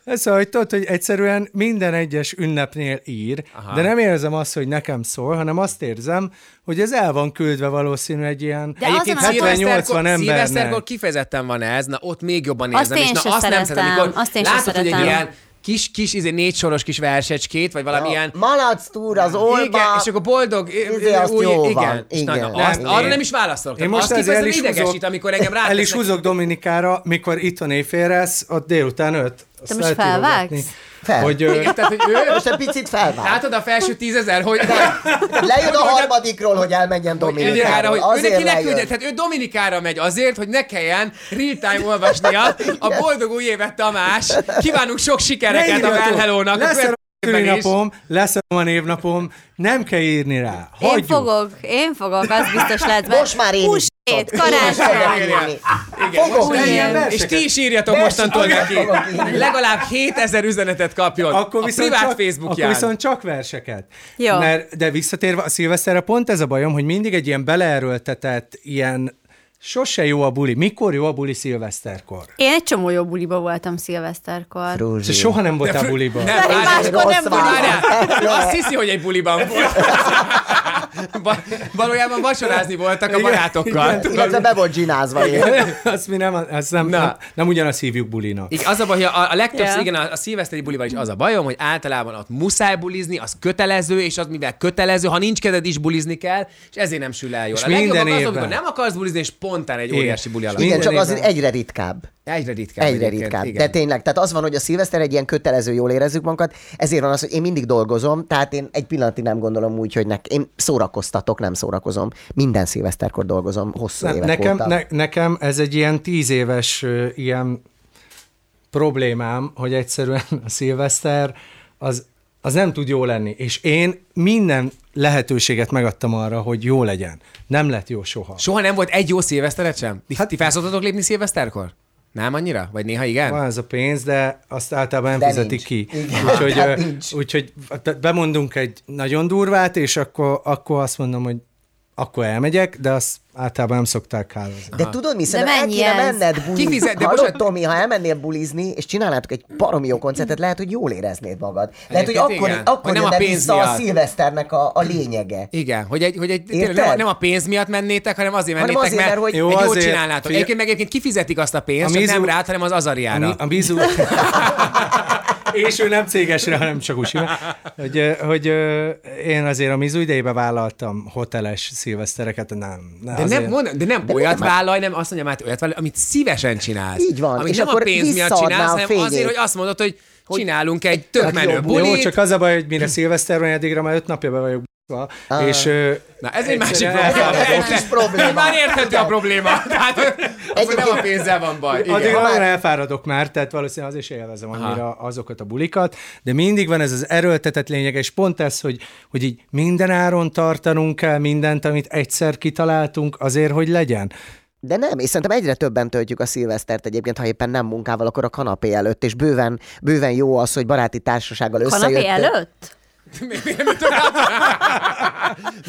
S4: Ez szóval, hogy tudod, hogy egyszerűen minden egyes ünnepnél ír, Aha. de nem érzem azt, hogy nekem szól, hanem azt érzem, hogy ez el van küldve valószínű egy ilyen
S3: De azon a
S4: 70-80
S2: szilveszterkor
S4: embernek.
S2: kifejezetten van ez, na ott még jobban
S3: Azt
S2: érzem, és
S3: én
S2: na
S3: se
S2: azt nem szeretem,
S3: szeretem,
S2: amikor
S3: azt én se
S2: látod, hogy egy
S3: szeretem.
S2: ilyen kis, kis, izé, négy soros kis versecskét, vagy valamilyen
S5: Malac túr az olba.
S2: igen, és akkor boldog,
S5: Izé, azt
S2: új,
S5: jó
S2: igen.
S5: van,
S2: És na,
S5: igen.
S2: na, azt,
S4: Nem,
S2: arra
S4: én-
S2: nem is válaszolok.
S4: Én
S2: Tehát
S4: most
S2: azt
S4: ezzel el
S2: kifejezetten
S4: is
S2: idegesít,
S4: húzok,
S2: amikor engem rá
S4: el is húzok Dominikára, mikor itthon éjfélresz, ott délután öt. Azt
S3: Te most
S4: lehet írogatni.
S3: felvágsz?
S5: Fel.
S4: Hogy, ö,
S2: Igen, tehát, hogy Hát- ő,
S5: Most egy picit felvált.
S2: látod a felső tízezer, hogy
S5: Lejön a harmadikról, hogy elmenjen
S2: Dominikára,
S5: Dominikáról.
S2: hogy ő
S5: Azért
S2: neki ne küldje,
S5: lejön.
S2: tehát ő Dominikára megy azért, hogy ne kelljen real-time olvasnia a boldog új évet Tamás. Kívánunk sok sikereket a
S4: Ne
S2: Well
S4: írjatok!
S2: Hello-nak. a
S4: Lesz a
S2: következőben is.
S4: szülinapom, lesz a névnapom, nem kell írni rá.
S3: Én
S4: Hagyjuk.
S3: fogok, én fogok, az biztos lehet.
S5: Most már én is
S3: Húsvét,
S5: tudok.
S3: karácsony.
S5: Én is
S2: Igen,
S5: Fogok
S2: most
S5: én.
S2: legyen,
S4: Ilyen
S2: és
S4: verseket.
S2: ti is írjatok
S5: Vers-
S2: mostantól
S5: Igen,
S2: neki.
S5: fogok írni.
S2: Legalább 7000 üzenetet kapjon
S4: Akkor
S2: a
S4: viszont
S2: privát
S4: csak,
S2: Facebookján.
S4: Akkor viszont csak verseket.
S3: Jó.
S4: Mert, de visszatérve a szilveszterre, pont ez a bajom, hogy mindig egy ilyen beleerőltetett, ilyen sose jó a buli. Mikor jó a buli szilveszterkor?
S3: Én egy csomó jó buliba voltam szilveszterkor.
S4: Szóval soha nem voltál buliban.
S2: Nem, várjál,
S5: máskor nem
S2: várjál. Azt hiszi, hogy egy buliban volt. Ba- valójában vacsorázni voltak a barátokkal. tudod?
S5: Illetve be volt zsinázva. én.
S4: azt mi nem, azt nem,
S2: Na.
S4: nem, nem ugyanazt hívjuk bulinak.
S2: Igen, az a baj, hogy a, a legtöbbször,
S3: Ja.
S2: igen, a, a szilveszteri bulival is az a bajom, hogy általában ott muszáj bulizni, az kötelező, és az mivel kötelező, ha nincs kedved is bulizni kell, és ezért nem sül el jól.
S4: És
S2: a legjobb
S4: minden
S2: az,
S4: évben.
S2: amikor nem akarsz bulizni, és spontán egy óriási buli alatt.
S5: Igen,
S4: Minden
S5: csak az
S4: évben.
S5: egyre ritkább.
S2: Egyre ritkább.
S5: Egyre
S2: egyébként,
S5: ritkább.
S2: igen.
S5: De tényleg, tehát az van, hogy a szilveszter egy ilyen kötelező, jól érezzük magunkat, ezért van az, hogy én mindig dolgozom, tehát én egy pillanatig nem gondolom úgy, hogy nek, én szórakoztatok, nem szórakozom. Minden szilveszterkor dolgozom, hosszú
S4: Nem,
S5: évek
S4: nekem,
S5: óta.
S4: ne, nekem ez egy ilyen tíz éves ö, ilyen problémám, hogy egyszerűen a szilveszter az, az nem tud jó lenni, és én minden lehetőséget megadtam arra, hogy jó legyen. Nem lett jó soha.
S2: Soha nem volt egy jó szilveszteret sem? Hát ti felszoktatok lépni szilveszterkor? Nem annyira? Vagy néha igen?
S4: Van ez a pénz, de azt általában nem
S5: De
S4: fizetik ki.
S5: nincs. Igen.
S4: Úgyhogy,
S5: Hát
S4: ö,
S5: nincs.
S4: úgyhogy tehát bemondunk egy nagyon durvát, és akkor, akkor azt mondom, hogy akkor elmegyek, de azt általában nem szokták hálozni.
S5: De tudod mi, szerintem el
S3: mennyi
S5: kéne
S3: ez?
S5: menned bulizni.
S2: Kifizet- de
S5: Hallod,
S2: bocsánat-
S5: Tomi, ha elmennél bulizni, és csinálnátok egy baromi jó koncertet, lehet, hogy jól éreznéd magad. Lehet, hogy
S2: Egyébként
S5: akkor,
S2: igen.
S5: akkor
S2: Hogy nem a
S5: jönne
S2: pénz
S5: vissza a
S2: miatt.
S5: szilveszternek a, a lényege.
S2: Igen, hogy egy, hogy egy
S5: Érted?
S2: tényleg nem, a- nem a pénz miatt mennétek, hanem azért
S5: Hanem
S2: mennétek,
S5: azért,
S2: mert,
S5: mert hogy-
S2: egy
S4: Jó,
S2: jót
S4: azért,
S2: csinálnátok.
S4: figyelj-
S2: Egyébként meg egyébként kifizetik azt a pénzt,
S4: A
S2: csak nem
S4: mizu-
S2: rád, hanem az azariára.
S4: A, mi- a bizu... És ő nem cégesre, hanem csak úgy simán. Hogy, ö, hogy ö, én azért a mizu idejébe vállaltam hoteles szilvesztereket, nem. nem
S2: De nem, mond, de nem de olyat nem, vállalj, nem azt mondja, hát olyat vállalj, amit szívesen csinálsz.
S5: Így van,
S2: Amit
S5: és
S2: nem
S5: akkor
S2: a pénz miatt
S5: visszaadná
S2: csinálsz,
S5: a
S2: hanem
S5: fényét.
S2: azért, hogy azt mondod, hogy, hogy csinálunk egy tök
S5: Hát
S2: menő
S5: jó,
S2: bulit.
S4: Jó, csak az a baj, hogy mire szilveszter van, addigra már öt napja be vagyok b***va, és... ö,
S2: Na, ez egy másik
S4: egyszerűen
S2: probléma.
S4: elfelejtem.
S5: Ez egy kis probléma.
S2: Már érthető a probléma. Tehát akkor nem a pénzzel van baj.
S4: Addig
S2: Igen.
S5: Ha
S4: nagyon
S5: már-
S4: elfáradok már, tehát valószínűleg azért is élvezem annyira azokat a bulikat, de mindig van ez az erőltetett lényeg, és pont ez, hogy, hogy így minden áron tartanunk kell mindent, amit egyszer kitaláltunk azért, hogy legyen.
S5: De nem, és szerintem egyre többen töltjük a szilvesztert egyébként, ha éppen nem munkával, akkor a kanapé előtt, és bőven, bőven jó az, hogy baráti társasággal összejött.
S3: Kanapé előtt?
S2: Még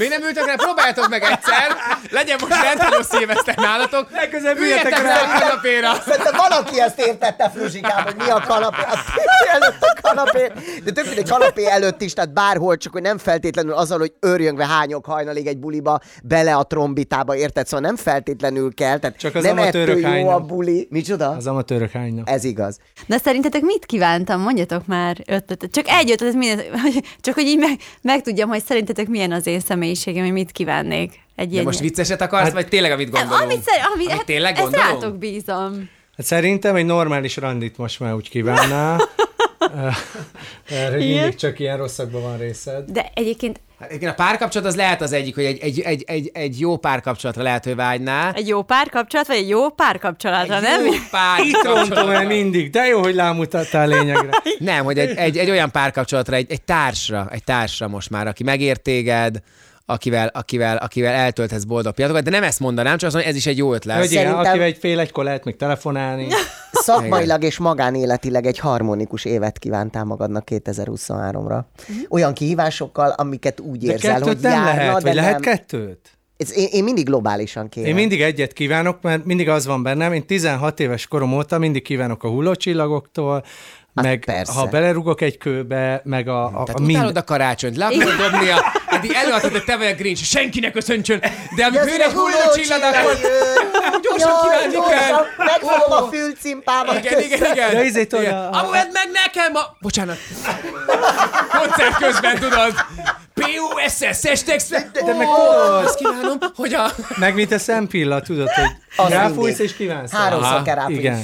S2: nem ültök rá, próbáljátok meg egyszer. Legyen most rendhagyó szilveszter nálatok.
S4: Legközelebb
S2: Üljetek
S4: üljetek
S2: rá
S4: rá.
S2: a kanapéra.
S5: Szerintem valaki ezt értette Fruzsikám, hogy mi a kanapé, a szilveszter előtt a kanapé, de több mint egy kanapé előtt is, tehát bárhol, csak hogy nem feltétlenül azon, hogy örjöngve hányok hajnalig egy buliba, bele a trombitába, érted? Szóval nem feltétlenül kell, tehát
S4: Csak az
S5: nem
S4: amatőrök
S5: ettől jó a
S4: hánynak.
S5: buli. Micsoda?
S4: Az amatőrök hánynak.
S5: Ez igaz.
S3: De szerintetek mit kívántam? Mondjatok már ötletet. Csak egy ötletet, minden, csak hogy így meg, megtudjam, hogy szerintetek milyen az én személyiségem, hogy mit kívánnék. Egy
S2: De
S3: ilyen
S2: most vicceset akarsz,
S5: Hát-
S2: vagy tényleg amit
S3: Nem,
S2: gondolunk?
S3: Hát, Amit, szer, amit,
S2: amit
S3: hát,
S2: tényleg
S3: ezt
S2: gondolunk?
S3: rátok bízom.
S4: Hát szerintem egy normális randit most már úgy kívánná. Erre mindig csak ilyen rosszakban van részed.
S3: De egyébként
S2: Hát igen, a párkapcsolat az lehet az egyik, hogy egy, egy, egy, egy, egy jó párkapcsolatra lehet, hogy vágynál.
S3: egy jó párkapcsolat, vagy egy jó párkapcsolatra, nem?
S2: Jó
S4: Itt rontom el
S2: párkapcsolatra.
S4: mindig, de jó, hogy lámutattál lényegre.
S2: Nem, hogy egy, egy, egy olyan párkapcsolatra, egy, egy társra, egy társra most már, aki megért téged, akivel, akivel, akivel eltölthetsz boldog pillanatokat, de nem ezt mondanám, csak azt mondom, ez is egy jó ötlet.
S4: Hogy igen,
S5: Szerintem-
S4: akivel egy fél egykor lehet még telefonálni.
S5: Szakmailag és magánéletileg egy harmonikus évet kívántál magadnak 2023-ra. Olyan kihívásokkal, amiket úgy
S4: De
S5: érzel, hogy
S4: kettőt nem
S5: járna,
S4: lehet,
S5: de
S4: vagy lehet
S5: nem.
S4: kettőt?
S5: Ez, én, én mindig globálisan kérem.
S4: Én mindig egyet kívánok, mert mindig az van bennem, én 16 éves korom óta mindig kívánok a hullócsillagoktól,
S5: Hát
S4: meg
S5: persze.
S4: ha belerugok egy kőbe, meg a, a, a
S2: Tehát
S4: mind...
S2: utálod a karácsonyt, le akarod dobni a... Eddig előadtad, hogy te vagy a Grinch, senkinek köszöntsön, de
S5: Ja,
S2: amikor jön egy hulló csillag, akkor gyorsan kívánni kell.
S5: Megfogom a fülcimpámat.
S2: Igen, igen, igen.
S4: De izét oda-
S2: Igen. Apu, edd meg nekem a... Bocsánat. Koncert közben, tudod. PUSS, hashtag... De
S4: meg tudod.
S2: Azt kívánom, hogy a...
S4: Meg mint a szempilla, tudod, hogy
S5: Az
S4: ráfújsz
S5: mindig.
S4: és kívánsz.
S5: Háromszor kell ráfújni.
S4: Igen.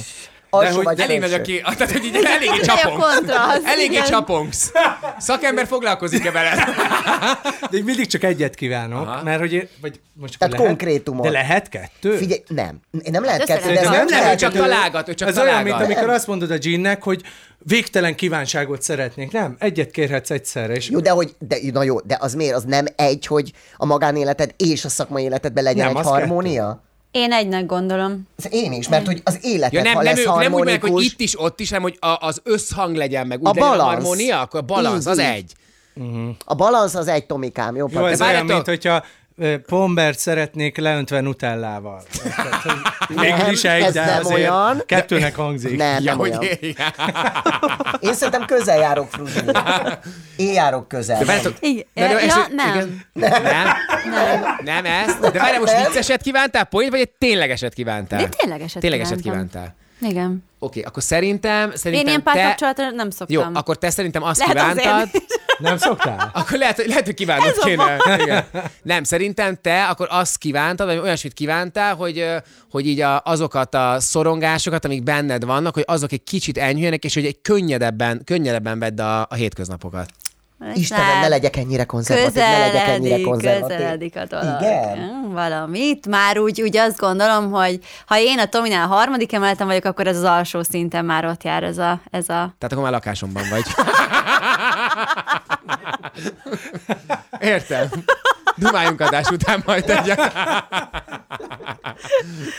S5: Alsó
S4: De hogy
S5: vagy
S2: Elég nagy a
S5: felső?
S2: ki... Tehát, hogy így eléggé
S3: Nagy a
S2: csapongsz.
S3: kontraszt,
S2: Eléggé
S3: igen.
S2: csapongsz. Szakember foglalkozik-e veled?
S4: De így mindig csak egyet kívánok, Aha. mert hogy... én- Vagy most akkor
S5: Tehát
S4: lehet,
S5: konkrétumot.
S4: De lehet kettő?
S5: Figyelj, nem. Nem lehet
S3: Össze
S5: kettő, de
S3: lehet
S5: ez
S3: rakni.
S5: nem
S2: Nem, ő
S5: lehet.
S2: csak találgat, ő csak
S4: Ez olyan,
S2: találgat.
S4: mint amikor azt mondod a ginnek, hogy végtelen kívánságot szeretnék. Nem, egyet kérhetsz egyszerre. És
S5: Jó, de hogy, de, na jó, de az miért? Az nem egy, hogy a magánéleted és a szakmai életedben legyen
S4: Nem,
S5: egy
S4: az
S5: harmónia?
S3: Én egynek gondolom.
S5: Ez Én is, mert hogy az
S2: Ja,
S5: életed,
S2: nem,
S5: ha
S2: nem,
S5: lesz
S2: ők, nem úgy meg,
S5: harmonikus...
S2: hogy itt is, ott is, hanem hogy a, az összhang legyen meg. Úgy
S5: A
S2: legyen A
S5: balansz.
S2: harmónia, akkor a balansz,
S5: Így,
S2: az
S5: így.
S2: egy.
S5: A balansz az egy Tomikám, jó?
S4: Jó,
S5: Pati?
S4: ez
S2: De
S4: olyan,
S2: várjatok!
S4: mint hogyha ö, pombert szeretnék leöntve nutellával. Tehát, hogy Még
S5: Nem,
S4: kliseik,
S5: ez
S4: de
S5: nem
S4: azért
S5: olyan.
S4: kettőnek hangzik.
S5: Nem,
S2: Ja,
S5: nem
S2: hogy
S5: olyan.
S2: igen.
S5: Én szerintem közel járok Fruzsihoz. Én járok közel.
S2: De várjátok,
S3: Igen.
S2: de- de-
S3: Ja,
S2: és-
S3: nem.
S2: igen. Nem? Nem. Nem ezt? De várjál, most
S5: Nem.
S2: vicceset kívántál, poént, vagy egy ténylegeset kívántál?
S3: De ténylegeset
S2: Ténylegeset
S3: kívántam.
S2: kívántál.
S3: Igen.
S2: Oké, akkor szerintem, szerintem
S3: Én ilyen
S2: te...
S3: párkapcsolatra nem
S2: Jó,
S3: szoktam.
S2: akkor te szerintem azt
S3: Lehet azért
S2: kívántad,
S3: is.
S4: Nem szoktál?
S2: akkor lehet, hogy- lehet hogy kívánod
S3: Ez a
S2: kéne. Igen. Nem, szerintem te akkor azt kívántad, vagy olyasmit kívántál, hogy, ö, hogy így a, azokat a szorongásokat, amik benned vannak, hogy azok egy kicsit enyhüljenek, és hogy egy könnyedebben, könnyedebben vedd a, a hétköznapokat.
S5: Istenem, ne legyek ennyire konzervatív, ne legyek ennyire
S3: Közeledik,
S5: konzervatív.
S3: közeledik a dolog.
S5: Igen?
S3: Hm, Valamit. Már úgy, úgy azt gondolom, hogy ha én a Tominál harmadik emeleten vagyok, akkor ez az alsó szinten már ott jár ez a... Ez a...
S2: Tehát akkor már lakásomban vagy. Értem. Dumáljunk adás után majd egyet.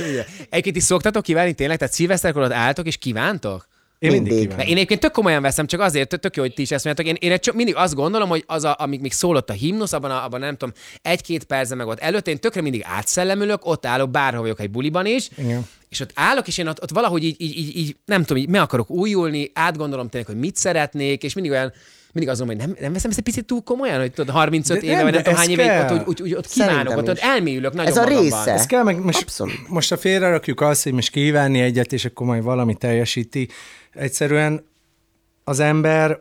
S2: Igen. Egyébként is szoktatok kívánni tényleg? Tehát szilveszterkor ott álltok és kívántok?
S4: Én mindig,
S5: Mindig.
S4: mindig. kívánom.
S2: Mert én egyébként tök komolyan veszem, csak azért tök jó, hogy ti is ezt mondjátok. Én, én egy- csak mindig azt gondolom, hogy az, a, amíg még szólott a himnusz, abban, a, abban nem tudom, egy-két perce meg ott előtt, én tökre mindig átszellemülök, ott állok, bárhol vagyok egy buliban is,
S4: Igen.
S2: és ott állok, és én ott, ott valahogy így, így, így, így, nem tudom, így meg akarok újulni, átgondolom tényleg, hogy mit szeretnék, és mindig olyan, mindig azon, hogy nem, nem veszem ezt egy picit túl komolyan, hogy tudod, 35
S4: De
S2: éve,
S4: nem,
S2: vagy nem
S4: de
S2: tudom
S4: ez
S2: hány évig,
S4: kell.
S2: ott, úgy, úgy, úgy, ott
S5: Szerintem
S2: kívánok, ott, ott
S5: is.
S2: elmélyülök nagyon
S5: Ez a
S2: magamban.
S5: része.
S4: Hát Ez kell, meg most,
S5: Abszolút.
S4: most a félrerakjuk azt, hogy most kívánni egyet, és akkor majd valami teljesíti. Egyszerűen az ember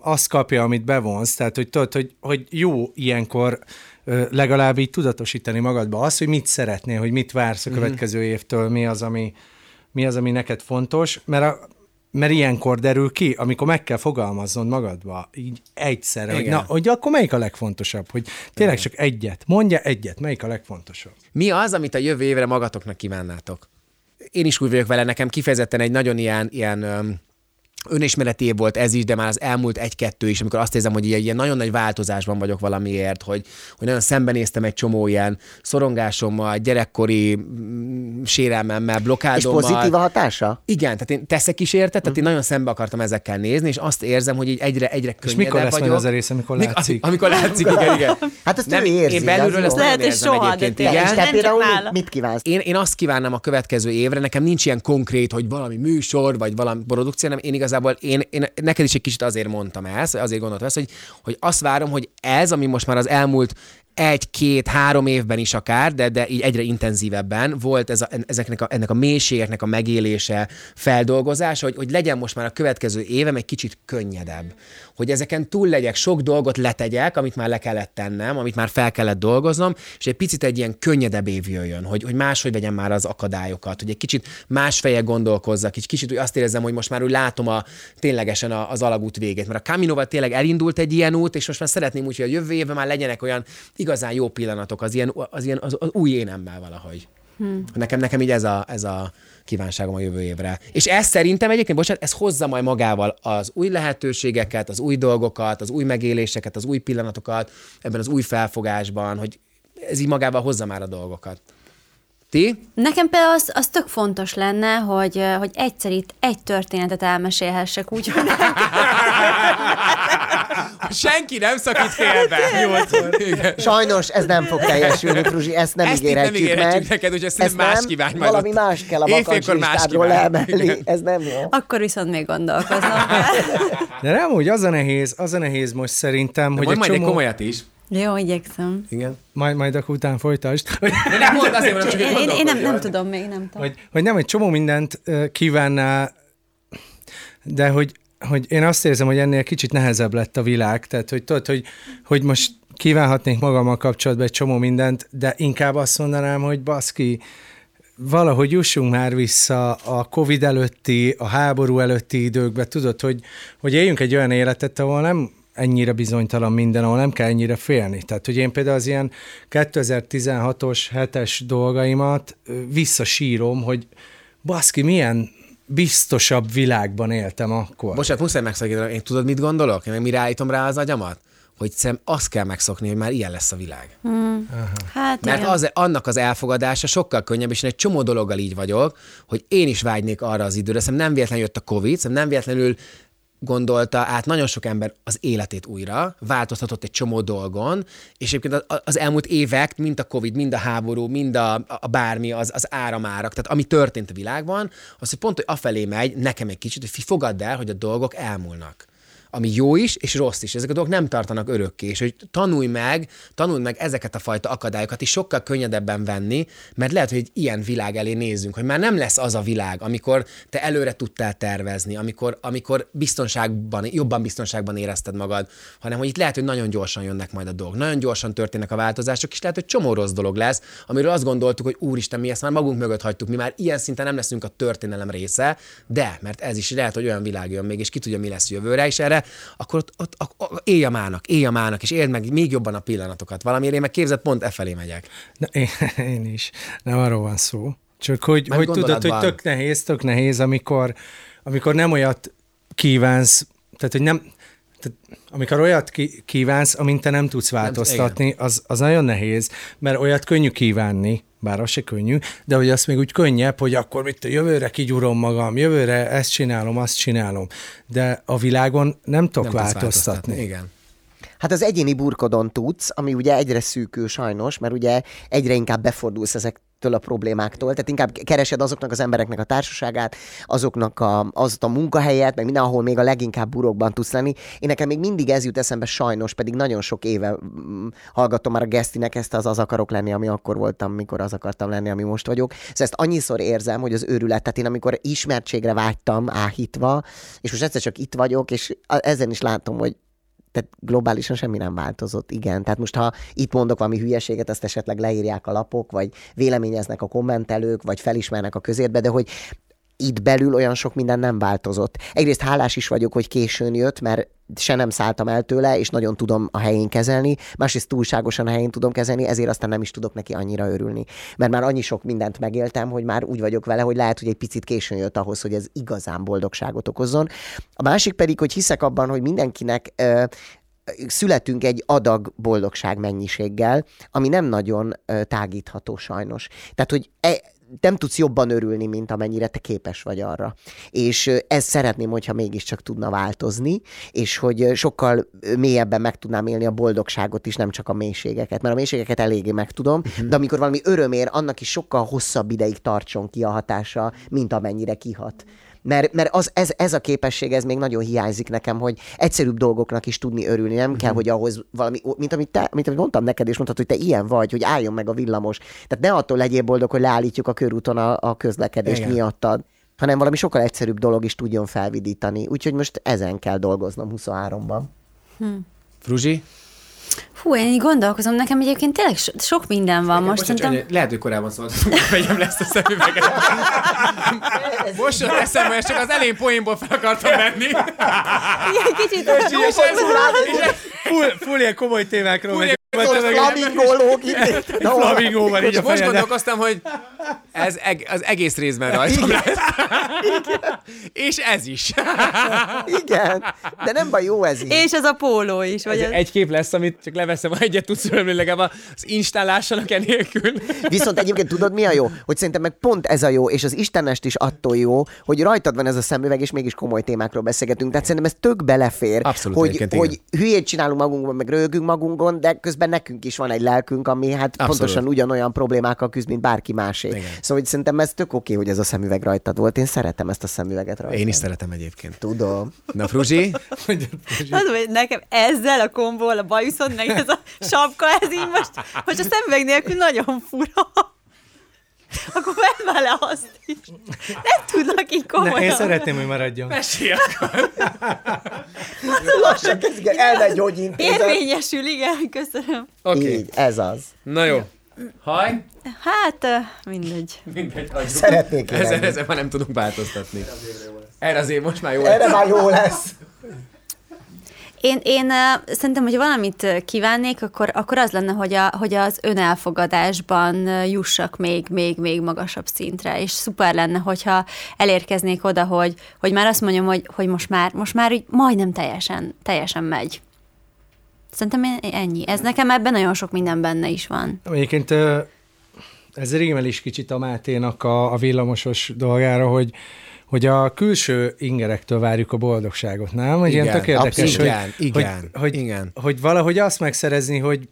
S4: azt kapja, amit bevonsz, tehát hogy tudod, hogy, hogy jó ilyenkor ö, legalább így tudatosítani magadba azt, hogy mit szeretnél, hogy mit vársz a következő évtől, mi az, ami, mi az, ami neked fontos, mert a, mert ilyenkor derül ki, amikor meg kell fogalmaznod magadba, így egyszerre, hogy
S2: Igen.
S4: na, hogy akkor melyik a legfontosabb, hogy tényleg csak egyet, mondja egyet, melyik a legfontosabb.
S2: Mi az, amit a jövő évre magatoknak kívánnátok? Én is úgy vagyok vele, nekem kifejezetten egy nagyon ilyen, ilyen öm, önismereti év volt ez is, de már az elmúlt egy-kettő is, amikor azt érzem, hogy ilyen, ilyen nagyon nagy változásban vagyok valamiért, hogy, hogy nagyon szembenéztem egy csomó ilyen szorongásommal, gyerekkori mm, sérelmemmel,
S5: És
S2: blokkádommal.
S5: pozitív a hatása? Mhm.
S2: Igen, tehát én teszek is érte, tehát én nagyon szembe akartam ezekkel nézni, és azt érzem, hogy így egyre, egyre könnyebb
S4: mikor lesz
S2: vagyok.
S4: majd az a rész, amikor
S2: Mik-
S4: látszik?
S2: Amikor látszik, igen, igen.
S5: Hát ezt
S2: nem,
S5: ő érzi,
S2: Én
S5: az
S2: belülről
S5: jó.
S2: ezt
S3: Lehet,
S2: nem
S3: hogy
S2: érzem
S3: soha, de
S2: egyébként.
S3: tényleg.
S2: igen.
S5: És te
S3: Nem csak
S5: például
S3: nála.
S5: mit, mit kívánsz?
S2: Én, én azt kívánnám a következő évre, nekem nincs ilyen konkrét, hogy valami műsor, vagy valami produkció, nem, én igazából, én, én neked is egy kicsit azért mondtam ezt, azért gondoltam ezt, hogy, hogy azt várom, hogy ez, ami most már az elmúlt egy, két, három évben is akár, de, de így egyre intenzívebben volt ez a, ezeknek a, ennek a mélységeknek a megélése, feldolgozása, hogy, hogy legyen most már a következő évem egy kicsit könnyedebb. Hogy ezeken túl legyek, sok dolgot letegyek, amit már le kellett tennem, amit már fel kellett dolgoznom, és egy picit egy ilyen könnyedebb év jöjjön, hogy, hogy máshogy vegyem már az akadályokat, hogy egy kicsit más feje gondolkozzak, egy kicsit úgy azt érezem, hogy most már úgy látom a, ténylegesen a, az alagút végét, mert a Caminoval tényleg elindult egy ilyen út, és most már szeretném úgy, hogy a jövő évben már legyenek olyan igazán jó pillanatok az ilyen, az, ilyen, az, az új énemmel valahogy. Hmm. Nekem, nekem így ez a, ez a kívánságom a jövő évre. És ez szerintem egyébként, bocsánat, ez hozza majd magával az új lehetőségeket, az új dolgokat, az új megéléseket, az új pillanatokat ebben az új felfogásban, hogy ez így magával hozza már a dolgokat. Ti?
S3: Nekem például az, az tök fontos lenne, hogy, ö, hogy egyszer itt egy történetet elmesélhessek úgy, hogy nem
S2: Senki nem szakít félbe. Igen.
S5: Sajnos ez nem fog teljesülni, Fruzsi, ezt nem
S2: Ezt itt nem
S5: ígérhetjük,
S2: ígérhetjük
S5: meg.
S2: neked, úgyhogy
S5: Ezt
S2: szerintem más
S5: nem,
S2: kívánj majd
S5: Valami
S2: ott.
S5: más kell a
S2: Éjfélkor
S5: vakancs
S2: más
S5: listádról
S2: kívánj.
S5: leemelni,
S2: Igen.
S5: ez nem jó.
S3: akkor viszont még gondolkoznom kell.
S4: De nem úgy, az a nehéz, az a nehéz most szerintem,
S2: Hogy
S4: hogy
S2: majd, majd
S4: egy
S2: egy
S4: csomó...
S2: komolyat is.
S3: Jó, igyekszem.
S2: Igen.
S4: Majd, majd akkor után folytasd.
S2: De nem mondd azért, mondom,
S3: Én,
S2: csak hogy
S3: én, én nem,
S2: gondolkodjon.
S3: nem tudom még, nem tudom.
S4: Hogy, hogy nem, egy csomó mindent ö, kívánnál, de hogy, hogy én azt érzem, hogy ennél kicsit nehezebb lett a világ, tehát hogy tudod, hogy, hogy most kívánhatnék magammal kapcsolatban egy csomó mindent, de inkább azt mondanám, hogy baszki, valahogy jussunk már vissza a Covid előtti, a háború előtti időkbe, tudod, hogy, hogy éljünk egy olyan életet, ahol nem ennyire bizonytalan minden, ahol nem kell ennyire félni. Tehát, hogy én például az ilyen 2016-os, 7-es dolgaimat ö, visszasírom, hogy baszki, milyen biztosabb világban éltem akkor.
S2: Bocsánat, muszáj megszakítanom. Én tudod, mit gondolok? Én meg mire állítom rá az agyamat? Hogy szem azt kell megszokni, hogy már ilyen lesz a világ.
S3: Hát
S2: Mert
S3: igen.
S2: az, annak az elfogadása sokkal könnyebb, és én egy csomó dologgal így vagyok, hogy én is vágynék arra az időre. Szerintem nem véletlenül jött a Covid, szerintem nem véletlenül gondolta át nagyon sok ember az életét újra, változtatott egy csomó dolgon, és egyébként az- az elmúlt évek, mind a Covid, mind a háború, mind a, a bármi, az, az áramárak, tehát ami történt a világban, az, hogy pont, hogy afelé megy nekem egy kicsit, hogy fi- fogadd el, hogy a dolgok elmúlnak ami jó is, és rossz is. Ezek a dolgok nem tartanak örökké, és hogy tanulj meg, tanulj meg ezeket a fajta akadályokat is sokkal könnyedebben venni, mert lehet, hogy egy ilyen világ elé nézzünk, hogy már nem lesz az a világ, amikor te előre tudtál tervezni, amikor, amikor biztonságban, jobban biztonságban érezted magad, hanem hogy itt lehet, hogy nagyon gyorsan jönnek majd a dolgok, nagyon gyorsan történnek a változások, és lehet, hogy csomó rossz dolog lesz, amiről azt gondoltuk, hogy úristen, mi ezt már magunk mögött hagytuk, mi már ilyen szinten nem leszünk a történelem része, de, mert ez is lehet, hogy olyan világ jön még, és ki tudja, mi lesz jövőre, és erre, akkor ott, ott, ott, ott élj a mának, élj a mának, és éld meg még jobban a pillanatokat. Valamiért én meg képzett, pont e felé megyek.
S4: Na, én, én is. Nem arról van szó. Csak hogy,
S2: Mert
S4: hogy tudod, hogy
S2: gondolatban.
S4: tök nehéz, tök nehéz, amikor, amikor nem olyat kívánsz, tehát hogy nem, tehát, amikor olyat ki, kívánsz, amint te nem tudsz változtatni, az, az nagyon nehéz, mert olyat könnyű kívánni, bár az se könnyű, de hogy azt még úgy könnyebb, hogy akkor mit, tudom, jövőre kigyúrom magam, jövőre ezt csinálom, azt csinálom. De a világon nem tudok
S2: Nem
S4: nem
S2: tudsz
S4: változtatni. változtatni.
S2: Igen.
S5: Hát az egyéni burkodon tudsz, ami ugye egyre szűkül sajnos, mert ugye egyre inkább befordulsz ezektől a problémáktól, tehát inkább keresed azoknak az embereknek a társaságát, azoknak a, az a munkahelyet, meg mindenhol még a leginkább burokban tudsz lenni. Én nekem még mindig ez jut eszembe sajnos, pedig nagyon sok éve mm, hallgatom már a Gesztinek ezt az az akarok lenni, ami akkor voltam, mikor az akartam lenni, ami most vagyok. Szóval ezt annyiszor érzem, hogy az őrület, tehát én amikor ismertségre vágytam áhítva, és most egyszer csak itt vagyok, és a- ezen is látom, hogy tehát globálisan semmi nem változott, igen. Tehát most, ha itt mondok valami hülyeséget, azt esetleg leírják a lapok, vagy véleményeznek a kommentelők, vagy felismernek a közértbe, de hogy itt belül olyan sok minden nem változott. Egyrészt hálás is vagyok, hogy későn jött, mert se nem szálltam el tőle, és nagyon tudom a helyén kezelni, másrészt túlságosan a helyén tudom kezelni, ezért aztán nem is tudok neki annyira örülni. Mert már annyi sok mindent megéltem, hogy már úgy vagyok vele, hogy lehet, hogy egy picit későn jött ahhoz, hogy ez igazán boldogságot okozzon. A másik pedig, hogy hiszek abban, hogy mindenkinek ö, születünk egy adag boldogság mennyiséggel, ami nem nagyon ö, tágítható sajnos. Tehát, hogy e, nem tudsz jobban örülni, mint amennyire te képes vagy arra. És ö, ezt szeretném, hogyha mégiscsak tudna változni, és hogy ö, sokkal ö, mélyebben meg tudnám élni a boldogságot is, nem csak a mélységeket, mert a mélységeket eléggé megtudom, de amikor valami örömér, annak is sokkal hosszabb ideig tartson ki a hatása, mint amennyire kihat. Mert, mert az, ez, ez a képesség, ez még nagyon hiányzik nekem, hogy egyszerűbb dolgoknak is tudni örülni. Nem kell, hogy ahhoz valami, mint amit, te, mint amit mondtam neked, és mondtad, hogy te ilyen vagy, hogy álljon meg a villamos. Tehát ne attól legyél boldog, hogy leállítjuk a körúton a, a közlekedést
S2: Igen.
S5: miattad hanem valami sokkal egyszerűbb dolog is tudjon felvidítani. Úgyhogy most ezen kell dolgoznom 23-ban.
S2: Fruzsi?
S3: Hú, én így gondolkozom, nekem egyébként tényleg so- sok minden van most.
S2: Bocsánat,
S3: Szerintem...
S2: Anya, lehet, hogy korábban szóltam, hogy vegyem le ezt a szemüveget. Most jött eszembe, és csak az elén poénból fel akartam menni.
S3: Kicsit
S2: És ez
S4: Full, full ilyen komoly témákról
S2: Full
S4: megy.
S2: ilyen komoly
S4: Vagy-
S5: Flamingológ itt. Na, hol-
S4: Flamingóval így a
S2: Most
S4: fejeden.
S2: gondolkoztam, hogy ez eg- az egész részben rajtam lesz. És ez is.
S5: Igen, de nem baj, jó ez így.
S3: És az a póló is, vagy
S2: Ez
S3: ez...
S2: egy kép lesz, amit csak leveszem, ha egyet tudsz örülni, legalább az installásanak enélkül.
S5: Viszont egyébként tudod, mi a jó? Hogy szerintem meg pont ez a jó, és az Istenest is attól jó, hogy rajtad van ez a szemüveg, és mégis komoly témákról beszélgetünk. Tehát szerintem ez tök belefér,
S2: Abszolút
S5: hogy,
S2: egyébként,
S5: hogy hülyét csinálunk magunkban, meg rögünk magunkon, de közben nekünk is van egy lelkünk, ami hát Abszolút. pontosan ugyanolyan problémákkal küzd, mint bárki másé. Igen. Szóval hogy szerintem ez tök oké, hogy ez a szemüveg rajtad volt. Én szeretem ezt a szemüveget rajtad.
S2: Én is szeretem egyébként.
S5: tudom.
S2: Na, Fruzsi?
S3: Az, hogy nekem ezzel a kombol a bajuszon, meg ez a sapka, ez így most, most a szemüveg nélkül nagyon fura. Akkor vedd vele azt is. Nem tudlak így komolyan.
S4: Ne, én szeretném, hogy maradjon.
S5: Lassan kezdjük el, elmegy gyógyintézet.
S3: Érvényesül, igen, köszönöm.
S2: Oké.
S5: Így, ez az.
S2: Na jó. Haj?
S3: Hát, ö, mindegy.
S2: Mindegy, hagyjuk.
S5: Szeretnék
S2: Ezen,
S5: élni.
S2: ezen már nem tudunk változtatni. Erre azért most már jó
S5: Erre
S2: lesz.
S5: már jó lesz.
S3: Én, én ö, szerintem, hogy valamit ö, kívánnék, akkor, akkor az lenne, hogy, a, hogy az önelfogadásban ö, jussak még, még, még magasabb szintre, és szuper lenne, hogyha elérkeznék oda, hogy, hogy már azt mondjam, hogy, hogy most már, most már így majdnem teljesen, teljesen megy. Szerintem én- ennyi. Ez nekem ebben nagyon sok minden benne is van.
S4: Egyébként ö, ez rímel is kicsit a Máténak a, a villamosos dolgára, hogy hogy a külső ingerektől várjuk a boldogságot, nem? Hogy igen, ilyen tök érdekes, hogy,
S2: abszolút. Igen,
S4: hogy,
S2: igen,
S4: hogy,
S2: igen.
S4: hogy valahogy azt megszerezni, hogy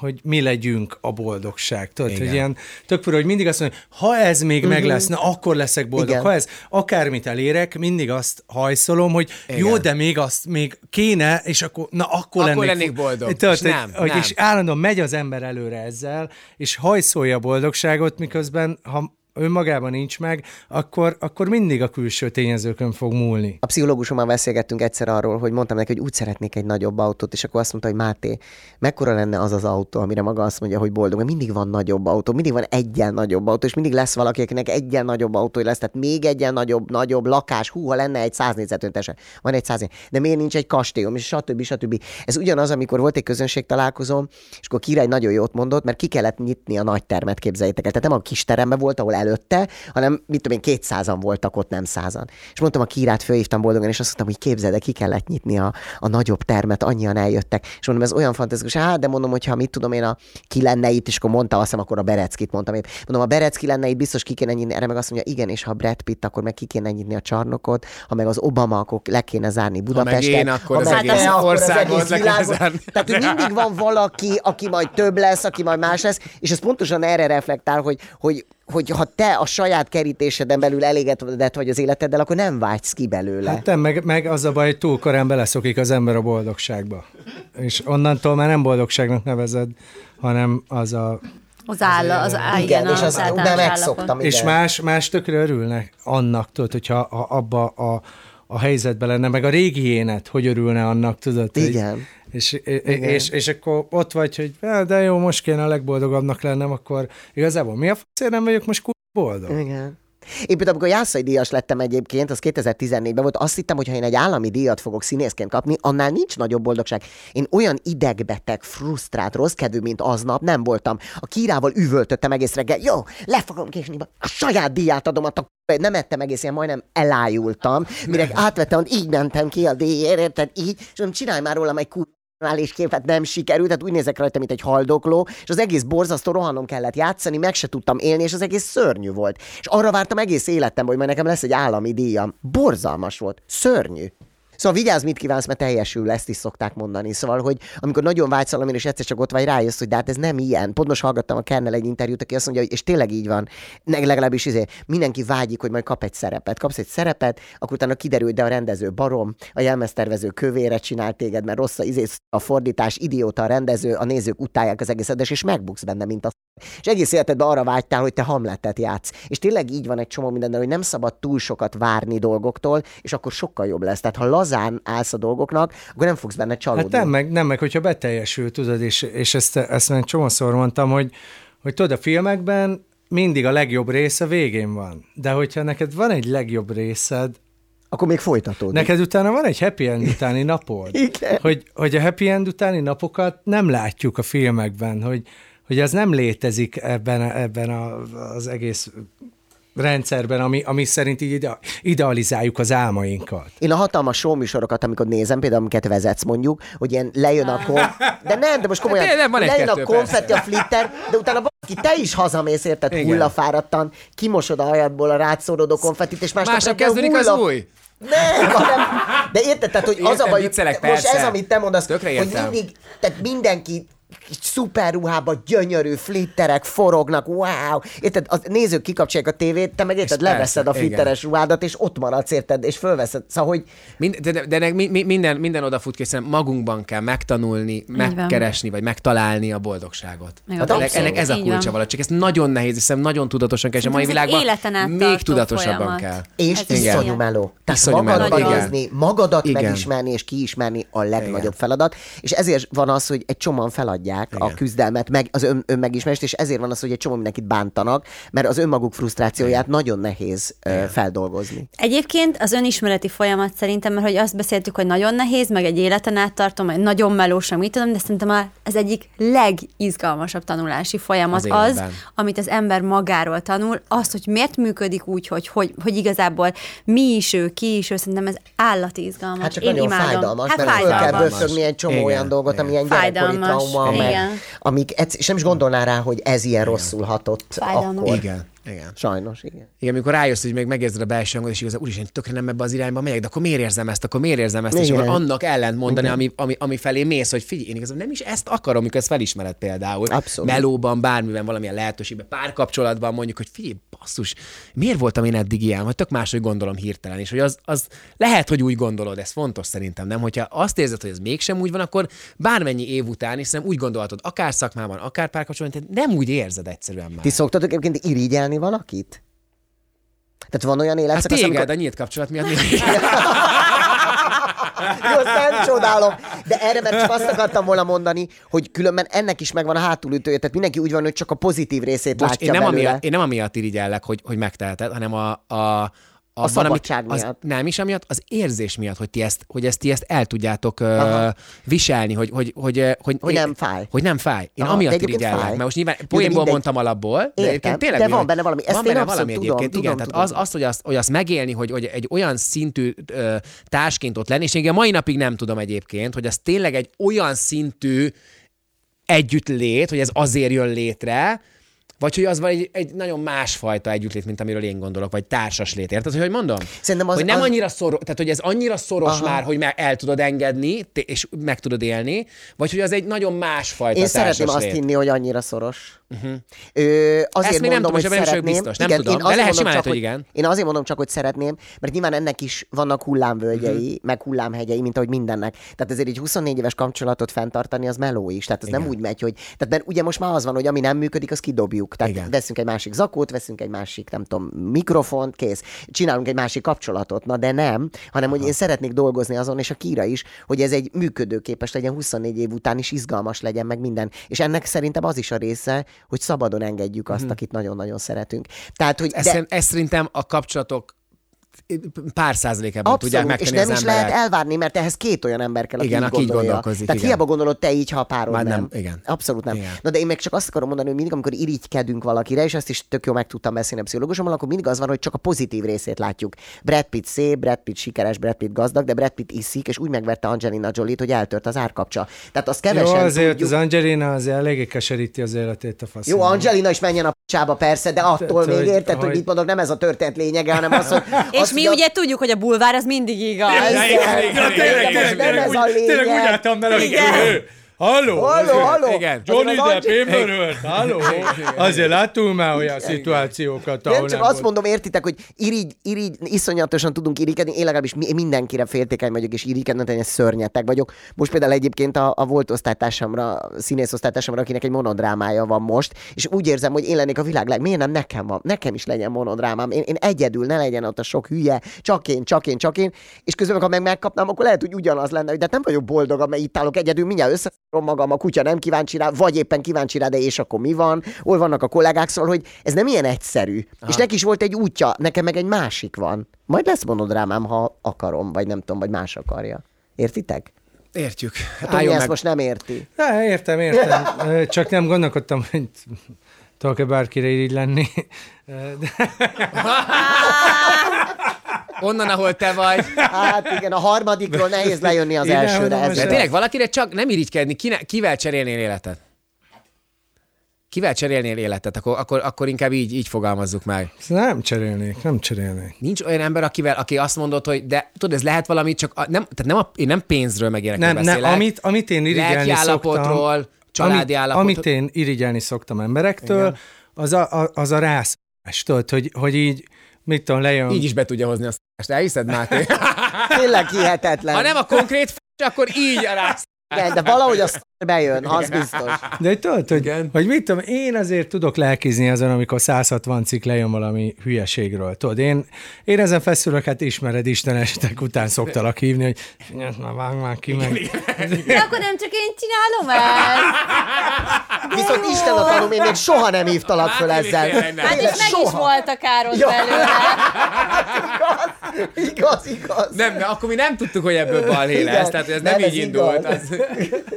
S4: hogy mi legyünk a boldogság. Tudod,
S2: Igen.
S4: hogy ilyen tök fura, hogy mindig azt mondja, ha ez még mm-hmm. meg lesz, na akkor leszek boldog.
S5: Igen.
S4: Ha ez, akármit elérek, mindig azt hajszolom, hogy Igen. jó,
S2: Igen.
S4: de még azt még kéne, és akkor, na akkor,
S2: Akkor
S4: lennék,
S2: lennék boldog.
S4: Tudod,
S2: És
S4: hogy,
S2: nem,
S4: hogy
S2: nem.
S4: És állandóan megy az ember előre ezzel, és hajszolja a boldogságot, miközben ha önmagában nincs meg, akkor, akkor mindig a külső tényezőkön fog múlni.
S5: A pszichológusommal beszélgettünk egyszer arról, hogy mondtam neki, hogy úgy szeretnék egy nagyobb autót, és akkor azt mondta, hogy Máté, mekkora lenne az az autó, amire maga azt mondja, hogy boldog, mert mindig van nagyobb autó, mindig van egyen nagyobb autó, és mindig lesz valaki, akinek egyen nagyobb autója lesz, tehát még egyen nagyobb, nagyobb lakás, hú, ha lenne egy 100 négyzetöntösen, van egy 100 négyzet- de miért nincs egy kastélyom, és stb. stb. Ez ugyanaz, amikor volt egy közönség találkozom, és akkor a király nagyon jót mondott, mert ki kellett nyitni a nagy termet, képzeljétek el. Tehát nem a kis teremben volt, ahol előtte, hanem mit tudom én, 200-an voltak ott, nem százan. És mondtam, a kirát fölhívtam boldogan, és azt mondtam, hogy képzeld, el, ki kellett nyitni a, a nagyobb termet, annyian eljöttek. És mondom, ez olyan fantasztikus, hát de mondom, hogyha mit tudom én, a ki lenne itt, és akkor mondta, azt hiszem, akkor a Bereckit mondtam épp. Mondom, a Berecki lenne itt, biztos ki kéne nyitni, erre meg azt mondja, igen, és ha Brad Pitt, akkor meg ki kéne nyitni a csarnokot, ha meg az Obama, akkor le kéne zárni
S2: Ha meg
S5: Budapestet.
S2: én, akkor az
S5: meg te,
S2: egész
S5: akkor az
S2: országot
S5: egész
S2: le kell
S5: világot.
S2: zárni.
S5: Tehát, hogy mindig van valaki, aki majd több lesz, aki majd más lesz, és ez pontosan erre reflektál, hogy, hogy hogy ha te a saját kerítéseden belül elégedett vagy az életeddel, akkor nem vágysz ki belőle.
S4: Hát nem, meg, meg az a baj, hogy túl korán beleszokik az ember a boldogságba. És onnantól már nem boldogságnak nevezed, hanem az a...
S3: Az áll, az áll, igen,
S5: és az, de megszoktam.
S4: És
S5: igen.
S4: más, más tökre örülnek annak, tudod, hogyha a, abba a, a helyzetben lenne, meg a régi énet, hogy örülne annak, tudod? hogy-
S5: Igen.
S4: És, Igen. És, és, akkor ott vagy, hogy "Á, de jó, most kéne a legboldogabbnak lennem, akkor igazából mi a faszért nem vagyok most kurva boldog?
S5: Igen. Én például, amikor Jászai díjas lettem egyébként, az 2014-ben volt, azt hittem, hogy ha én egy állami díjat fogok színészként kapni, annál nincs nagyobb boldogság. Én olyan idegbeteg, frusztrált, rossz kedvű, mint aznap nem voltam. A kírával üvöltöttem egész reggel, jó, le fogom késni, a saját díját adom, a nem ettem egész ilyen, majdnem elájultam, mire átvettem, hogy így mentem ki a díjért, érted, így, és mondom, csinálj már rólam egy kur és képet nem sikerült, tehát úgy nézek rajta, mint egy haldokló, és az egész borzasztó rohanom kellett játszani, meg se tudtam élni, és az egész szörnyű volt. És arra vártam egész életemben, hogy majd nekem lesz egy állami díjam. Borzalmas volt, szörnyű. Szóval vigyázz, mit kívánsz, mert teljesül, ezt is szokták mondani. Szóval, hogy amikor nagyon vágysz valamire, és egyszer csak ott vagy, rájössz, hogy de hát ez nem ilyen. Pont most hallgattam a Kernel egy interjút, aki azt mondja, hogy és tényleg így van, ne, legalábbis izé, mindenki vágyik, hogy majd kap egy szerepet. Kapsz egy szerepet, akkor utána kiderül, de a rendező barom, a jelmeztervező kövére csinál téged, mert rossz a, izé, a fordítás, idióta a rendező, a nézők utálják az egészet, és megbuksz benne, mint a és egész életedben arra vágytál, hogy te hamletet játsz. És tényleg így van egy csomó mindennel, hogy nem szabad túl sokat várni dolgoktól, és akkor sokkal jobb lesz. Tehát ha lazán állsz a dolgoknak, akkor nem fogsz benne
S4: Hát
S5: csalódni.
S4: nem meg, nem meg, hogyha beteljesül, tudod, és, és ezt, ezt már csomószor mondtam, hogy, hogy tudod, a filmekben mindig a legjobb rész a végén van. De hogyha neked van egy legjobb részed,
S5: Akkor még folytatódik.
S4: neked utána van egy happy end utáni napod.
S5: Igen.
S4: Hogy, hogy a happy end utáni napokat nem látjuk a filmekben, hogy, hogy ez nem létezik ebben, a- ebben a, az egész rendszerben, ami, ami szerint így ide, idealizáljuk az álmainkat.
S5: Én a hatalmas showműsorokat, amikor nézem, például amiket vezetsz mondjuk, hogy ilyen lejön a kon... De nem, de most komolyan,
S2: tényleg Hát van
S5: lejön
S2: egy-kettő,
S5: a konfetti, a flitter, de utána ki te is hazamész, érted,
S2: Igen.
S5: hullafáradtan, kimosod a hajadból a rátszóródó konfetit, és másnap,
S2: Másnap
S5: reggel
S2: kezdődik az
S5: hulla-
S2: új?
S5: Nem, hanem, de érted, tehát, hogy az
S2: Értem,
S5: a baj,
S2: viccelek,
S5: most ez,
S2: persze.
S5: amit te mondasz,
S2: Tökre
S5: hogy
S2: értem.
S5: mindig, tehát mindenki szuper ruhába, gyönyörű flitterek forognak, wow! Érted, a nézők kikapcsolják a tévét, te meg érted,
S2: persze,
S5: leveszed a
S2: igen.
S5: flitteres ruhádat, és ott maradsz, érted, és fölveszed. Szóval, hogy
S2: Mind, de, de, de nek mi, mi, minden, minden odafut ki, szerintem magunkban kell megtanulni,
S3: van.
S2: megkeresni, vagy megtalálni a boldogságot.
S3: Meg a
S2: Hát ennek,
S3: boldogságot.
S2: ennek ez a
S3: Így
S2: kulcsa
S3: van.
S2: valahogy, csak ez nagyon nehéz, hiszem nagyon tudatosan kell, és a mai
S3: Szerintem ez egy
S2: világban
S3: életen át
S2: még
S3: tartó
S2: tudatosabban
S3: folyamat.
S2: kell.
S5: és
S3: Ez
S5: iszonyú
S3: ilyen.
S5: meló. Tehát
S2: Iszonyú meló,
S5: magadba
S3: igen.
S5: nézni, magadat
S2: Igen.
S5: megismerni és kiismerni a legnagyobb feladat, és ezért van az, hogy egy csomóan feladják igen. a küzdelmet, meg az ön, önmegismerést, és ezért van az, hogy egy csomó mindenkit bántanak, mert az önmaguk frusztrációját nagyon nehéz igen. feldolgozni.
S3: Egyébként az önismereti folyamat szerintem, mert hogy azt beszéltük, hogy nagyon nehéz, meg egy életen át tartom, meg nagyon melós, meg mit tudom, de szerintem a- az egyik legizgalmasabb tanulási folyamat
S2: Az
S3: az, az
S2: életben.
S3: amit az ember magáról tanul, azt, hogy miért működik úgy, hogy, hogy, hogy igazából mi is ő, ki is ő, szerintem ez állati izgalmas.
S5: Hát csak
S3: Én
S5: nagyon
S3: imádom.
S5: fájdalmas,
S3: hát
S5: mert föl kell
S3: fájdalmas.
S5: böfögni egy csomó
S2: Igen,
S5: olyan dolgot, ami ilyen gyerekkori
S3: Fájdalmas,
S5: trauma, meg,
S3: igen.
S5: amik, egyszer- és nem is gondolná rá, hogy ez ilyen rosszul hatott
S3: Fájdalmas.
S5: akkor.
S2: Igen. Igen.
S5: Sajnos, igen.
S2: Igen, amikor rájössz, hogy még megérzed a belső hangod, és igazán, úristen, tökre nem ebbe az irányba megyek, de akkor miért érzem ezt, akkor miért érzem ezt, és
S5: Igen.
S2: akkor annak ellent mondani, ami, ami, ami, felé mész, hogy figyelj, én igazából nem is ezt akarom, amikor ezt felismered például.
S5: Abszolút.
S2: Melóban, bármiben, valamilyen lehetőségben, párkapcsolatban mondjuk, hogy figyelj, basszus, miért voltam én eddig ilyen, vagy tök máshogy gondolom hirtelen, és hogy az, az lehet, hogy úgy gondolod, ez fontos szerintem, nem? Hogyha azt érzed, hogy ez mégsem úgy van, akkor bármennyi év után, hiszen úgy gondolhatod, akár szakmában, akár párkapcsolatban, tehát nem úgy érzed egyszerűen már.
S5: Ti szoktatok egyébként irigyelni valakit? Tehát van olyan
S2: Hát
S5: életszakasz,
S2: téged
S5: amikor...
S2: a nyílt kapcsolat miatt mindenki.
S5: Jó, azt nem csodálom. De erre mert csak azt akartam volna mondani, hogy különben ennek is megvan a hátulütője, tehát mindenki úgy van, hogy csak a pozitív részét
S2: Most
S5: látja
S2: én nem,
S5: belőle.
S2: amiatt, én nem amiatt irigyellek, hogy, hogy megteheted, hanem a... a a,
S5: szabadság
S2: amit,
S5: miatt.
S2: Az, nem is amiatt, az érzés miatt, hogy ti ezt, hogy ezt, ti ezt el tudjátok ö, viselni, hogy, hogy, hogy, ö, hogy,
S5: Hogy
S2: én-
S5: nem fáj.
S2: Hogy nem fáj. Én
S5: Aha,
S2: Aha,
S5: de
S2: amiatt
S5: egyébként
S2: irigyellek,
S5: fáj.
S2: mert most nyilván
S5: Jó, de
S2: poénból
S5: mindegy.
S2: mondtam alapból, de
S5: Értem,
S2: egyébként tényleg
S5: de
S2: mi,
S5: van
S2: hogy-
S5: benne valami. Ezt
S2: van
S5: én
S2: benne
S5: abszolút
S2: valami
S5: tudom,
S2: egyébként,
S5: tudom,
S2: igen, tehát
S5: tudom.
S2: Az, azt, hogy azt, hogy azt megélni, hogy, hogy egy olyan szintű ö, társként ott lenni, és én a mai napig nem tudom egyébként, hogy az tényleg egy olyan szintű együttlét, hogy ez azért jön létre, vagy hogy az van egy, egy nagyon másfajta együttlét, mint amiről én gondolok, vagy társas lét. Érted, hogy hogy mondom?
S5: Szerintem az-
S2: hogy nem
S5: az-
S2: annyira szoros, tehát hogy ez annyira szoros Aha. már, hogy meg el tudod engedni, té- és meg tudod élni, vagy hogy az egy nagyon másfajta
S5: Én
S2: társas
S5: szeretném azt
S2: lét. Mhm.
S5: hinni, hogy annyira szoros. Uh-huh. Ö, azért
S2: még nem
S5: mondom,
S2: tudom, és ebben nem
S5: hogy
S2: is vagyok
S5: szeretném.
S2: biztos, nem tudom,
S5: én
S2: de
S5: azért
S2: lehet,
S5: mondom
S2: simán lehet,
S5: csak,
S2: hogy igen.
S5: Én azért mondom csak, hogy szeretném, mert nyilván ennek is vannak hullámvölgyei, uh-huh. meg hullámhegyei, mint ahogy mindennek. Tehát ezért egy 24 éves kapcsolatot fenntartani, az meló is. Tehát ez igen. nem úgy megy, hogy... Tehát mert ugye most már az van, hogy ami nem működik, az kidobjuk. Tehát
S2: Igen.
S5: igen. veszünk egy másik zakót, veszünk egy másik, nem tudom, mikrofont, kész. Csinálunk egy másik kapcsolatot, na de nem, hanem hogy én szeretnék dolgozni azon, és a Kira is, hogy ez egy működőképes legyen 24 év után is izgalmas legyen meg minden. És ennek szerintem az is a része, hogy szabadon engedjük azt, akit nagyon-nagyon szeretünk. Tehát, hogy
S2: Ez,
S5: de-
S2: szerint- ez szerintem a kapcsolatok pár százalékában tudják
S5: Abszolút, és
S2: megtenni
S5: nem
S2: az
S5: is lehet
S2: emberek.
S5: elvárni, mert ehhez két olyan ember kell, aki,
S2: Igen,
S5: így,
S2: aki így
S5: gondolja.
S2: gondolkozik,
S5: Tehát
S2: igen.
S5: hiába gondolod te így, ha a párod
S2: Már
S5: nem.
S2: nem, igen.
S5: Abszolút nem.
S2: Igen.
S5: Igen. Na de én meg csak azt akarom mondani, hogy mindig, amikor irigykedünk valakire, és ezt is tök jó meg tudtam beszélni a pszichológusommal, akkor mindig az van, hogy csak a pozitív részét látjuk. Brad Pitt szép, Brad Pitt sikeres, Brad Pitt gazdag, de Brad Pitt iszik, és úgy megverte Angelina Jolie-t, hogy eltört az árkapcsa. Tehát az
S4: Jó,
S5: kevesen
S4: azért
S5: tudjuk.
S4: az Angelina az eléggé keseríti az életét a faszon.
S5: Jó, Angelina is menjen a csába persze, de attól
S4: Tehát,
S5: még
S4: hogy-
S5: érted, hogy
S4: hogy-
S5: mit mondok, nem ez a történet lényege, hanem az, hogy...
S3: És
S5: az,
S3: mi
S5: hogy a-
S3: ugye tudjuk, hogy a bulvár az mindig igaz.
S5: Ez-
S4: Ja, tényleg, tényleg,
S5: Nem
S4: tényleg,
S5: ez
S4: úgy,
S5: a lényeg.
S4: tényleg úgy álltam bele, hogy ő, halló,
S5: Halló,
S4: azért-
S5: halló.
S4: igen,
S5: Azért
S4: Johnny
S5: az
S4: Depp émbörölt, halló, azért láttunk már olyan szituációkat, ahol
S5: Nem csak azt
S4: volt.
S5: mondom, értitek, hogy irigy, irigy, iszonyatosan tudunk irigykedni, én legalábbis mi- mindenkire féltékeny vagyok, és irigykedni, én szörnyeteg vagyok. Most például egyébként a, a volt osztálytársamra, színész osztálytársamra, akinek egy monodrámája van most, és úgy érzem, hogy én lennék a világ leg, miért nem nekem van, nekem is legyen monodrámám, én, én egyedül, ne legyen ott a sok hülye, csak én, csak én, csak én, és közben, ha meg megkapnám, akkor lehet, hogy ugyanaz lenne, hogy de hát nem vagyok boldog, mert itt állok egyedül, mindjárt összeszorom magam, a kutya nem kíváncsi rá, vagy éppen kíváncsi rá, de és akkor mi van, hol vannak a kollégák, szóval, hogy ez nem ilyen egyszerű. Aha. És neki is volt egy útja, nekem meg egy másik van. Majd lesz monodrámám, ha akarom, vagy nem tudom, vagy más akarja. Értitek?
S2: Értjük.
S5: Hát Tomi
S2: Álljon
S5: ezt
S2: meg.
S5: most nem érti.
S4: Ne, értem, értem, Ö, csak nem gondolkodtam, hogy tudok-e bárkire így lenni. Ö, De
S2: Onnan, ahol te vagy.
S5: Hát igen, a harmadikról nehéz lejönni az
S4: Igen,
S5: elsőre.
S4: mondom,
S5: Ez
S4: most
S2: De
S4: Szerintem.
S2: tényleg valakire csak nem irigykedni, ki, kivel cserélnél életet? Kivel cserélnél életet? Akkor, akkor, akkor inkább így, így fogalmazzuk meg.
S4: ezt nem cserélnék, nem cserélnék.
S2: Nincs olyan ember, akivel, aki azt mondott, hogy de tudod, ez lehet valami, csak a, nem, tehát nem a, én nem pénzről meg ilyenekről
S4: Nem, nem,
S2: beszélek.
S4: amit, amit én irigyelni
S2: Lelkiállapotról,
S4: szoktam,
S2: családi
S4: amit,
S2: állapotról.
S4: Amit én irigyelni szoktam emberektől, az a, a, az a rászás, tudod, hogy, hogy így, mit tudom, lejön.
S2: Így is be tudja hozni a sz***ást. Elhiszed, Máté?
S5: tényleg hihetetlen.
S2: ha nem a konkrét f***, akkor így a rász.
S5: Igen, de valahogy a szar bejön, az biztos.
S4: De tudod, hogy,
S2: Igen.
S4: hogy mit tudom, én azért tudok lelkizni azon, amikor 160 cikk lejön valami hülyeségről. Tudod, én, én ezen feszülök, hát ismered Isten estek után szoktalak hívni, hogy ezt már vágj már ki meg.
S3: De akkor nem csak én csinálom ezt.
S5: Viszont Isten a tanul, én még soha nem hívtalak föl ezzel.
S3: Hát és meg is voltak árod
S5: Ja.
S3: belőle.
S5: Igaz, igaz, igaz.
S2: Nem, mert akkor mi nem tudtuk, hogy ebből balhé
S5: Igen.
S2: lesz, tehát ez nem,
S5: Nem,
S2: így
S5: ez
S2: indult.
S5: igaz.
S2: Az,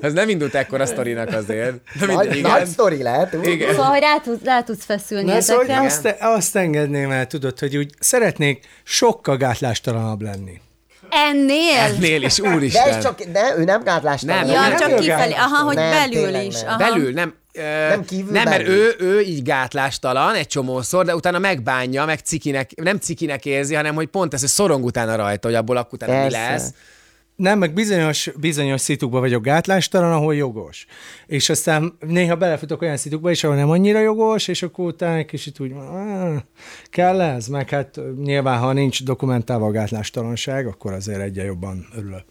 S2: az, nem indult ekkor a sztorinak azért. De mindegy,
S5: Nagy,
S2: igen.
S5: nagy sztori lehet. ú.
S2: igen.
S3: Szóval, hogy rá, tud, rá tudsz feszülni
S4: Na, szóval
S3: ezekre.
S4: hogy azt, azt engedném el, tudod, hogy úgy szeretnék sokkal gátlástalanabb lenni.
S3: Ennél?
S2: Ennél is,
S5: De ez
S2: úristen.
S5: csak, de ő nem gátlástalan.
S2: Nem,
S5: Ő
S2: Ja,
S5: nem
S2: csak
S5: ő
S3: kifelé.
S5: gátlástalan.
S3: Aha, hogy belül
S5: tényleg
S3: is. Ah.
S5: nem.
S3: Aha.
S2: Belül, nem. Ö, nem
S5: kívül,
S2: Nem, mert
S5: belül.
S2: ő, ő így gátlástalan egy csomószor, de utána megbánja, meg cikinek, nem cikinek érzi, hanem hogy pont ez, hogy szorong utána rajta, hogy abból akkor utána mi
S5: Persze.
S2: lesz.
S4: Nem, meg bizonyos, bizonyos szitukban vagyok gátlástalan, ahol jogos. És aztán néha belefutok olyan szitukba is, ahol nem annyira jogos, és akkor utána egy kicsit úgy van, "Á, kell ez? Meg hát ö, nyilván, ha nincs dokumentálva a gátlástalanság, akkor azért egyre jobban örülök.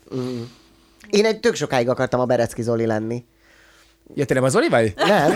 S5: Én egy tök sokáig akartam a Berecki Zoli lenni.
S2: Ja, te nem az Oli vagy?
S5: Nem.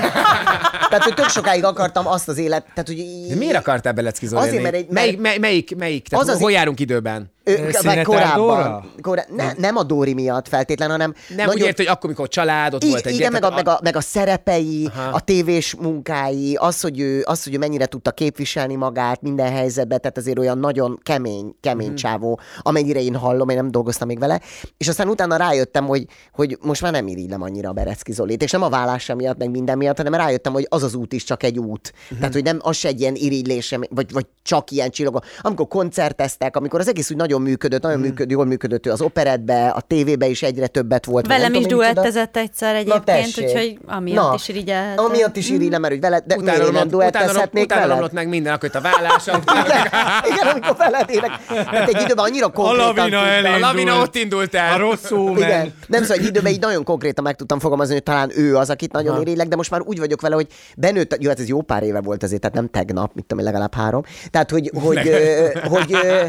S5: tehát, hogy tök sokáig akartam azt az élet... Tehát, hogy
S2: De miért akartál beleckizolni?
S5: Azért, mert egy-
S2: Melyik,
S5: mert-
S2: mely, melyik, melyik? Tehát
S5: Az az-
S2: hol járunk időben?
S5: Ő, meg
S4: Színetár Dóra?
S5: korábban. Korá... Ne, nem a Dóri miatt feltétlen, hanem...
S2: Nem nagyon... úgy ért, hogy akkor, mikor család, ott volt
S5: Igen,
S2: egy
S5: igen meg,
S2: gyerek,
S5: a, meg, a, meg a szerepei, Aha. a tévés munkái, az hogy, ő, az, hogy ő mennyire tudta képviselni magát minden helyzetben, tehát azért olyan nagyon kemény, kemény
S2: Mhm.
S5: hmm. csávó, amennyire én hallom, én nem dolgoztam még vele, és aztán utána rájöttem, hogy, hogy most már nem irigylem annyira a Berecki Zolét, és nem a vállása miatt, meg minden miatt, hanem rájöttem, hogy az az út is csak egy út. Hmm.
S2: Mhm.
S5: Tehát, hogy nem az se egy ilyen irigylésem, vagy, vagy csak ilyen csillagok. Amikor koncerteztek, amikor az egész úgy nagyon működött,
S2: Mhm.
S5: nagyon hmm. működött, jól működött ő az operetbe, a tévébe is egyre többet volt. vagy
S3: Velem
S5: nem
S3: is
S5: tudom, micsoda.
S3: duettezett egyszer egyébként,
S5: tessék.
S3: úgyhogy amiatt
S5: Na,
S3: is irigyelhetem.
S5: Amiatt is irigylem, mert hogy veled, de miért
S2: utána
S5: én nem
S2: romlott, utána, rom-
S5: duettezhetnék
S2: utána
S5: veled?
S2: romlott meg minden, akkor itt a vállása.
S5: Igen, igen, amikor veled ének. Tehát egy időben annyira konkrétan... tudtam-
S2: elindult. A lavina ott indult el.
S4: A rossz omen.
S5: Igen. Nem, szóval egy időben így nagyon konkrétan meg tudtam fogalmazni, hogy talán ő az, akit nagyon irigylek, de most már úgy vagyok vele, hogy benőtt, jó, hát ez jó pár éve volt azért, tehát nem tegnap, mit tudom én, legalább három. Tehát, hogy, hogy, ö, hogy, ö,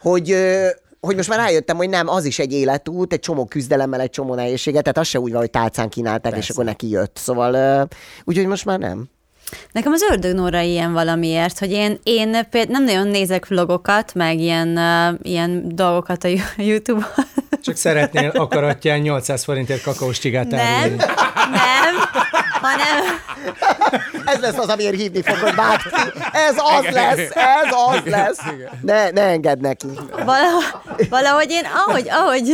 S5: hogy, ö, hogy most már rájöttem, hogy nem, az is egy életút, egy csomó küzdelemmel, egy csomó nehézséget, tehát az se úgy van, hogy tálcán kínálták, és akkor neki jött. Szóval, ö, úgyhogy most már nem.
S3: Nekem az ördög Nóra ilyen valamiért, hogy én, én például nem nagyon nézek vlogokat, meg ilyen, uh, ilyen dolgokat a Yo- YouTube-on.
S4: Csak szeretnél akaratján 800 forintért kakaós csigát
S3: Nem,
S4: árulni.
S3: nem, hanem
S5: Ez lesz az, amiért hívni fogod bárki. Ez az lesz, ez az lesz. Ne, ne engedd neki.
S3: valahogy, valahogy én ahogy, ahogy...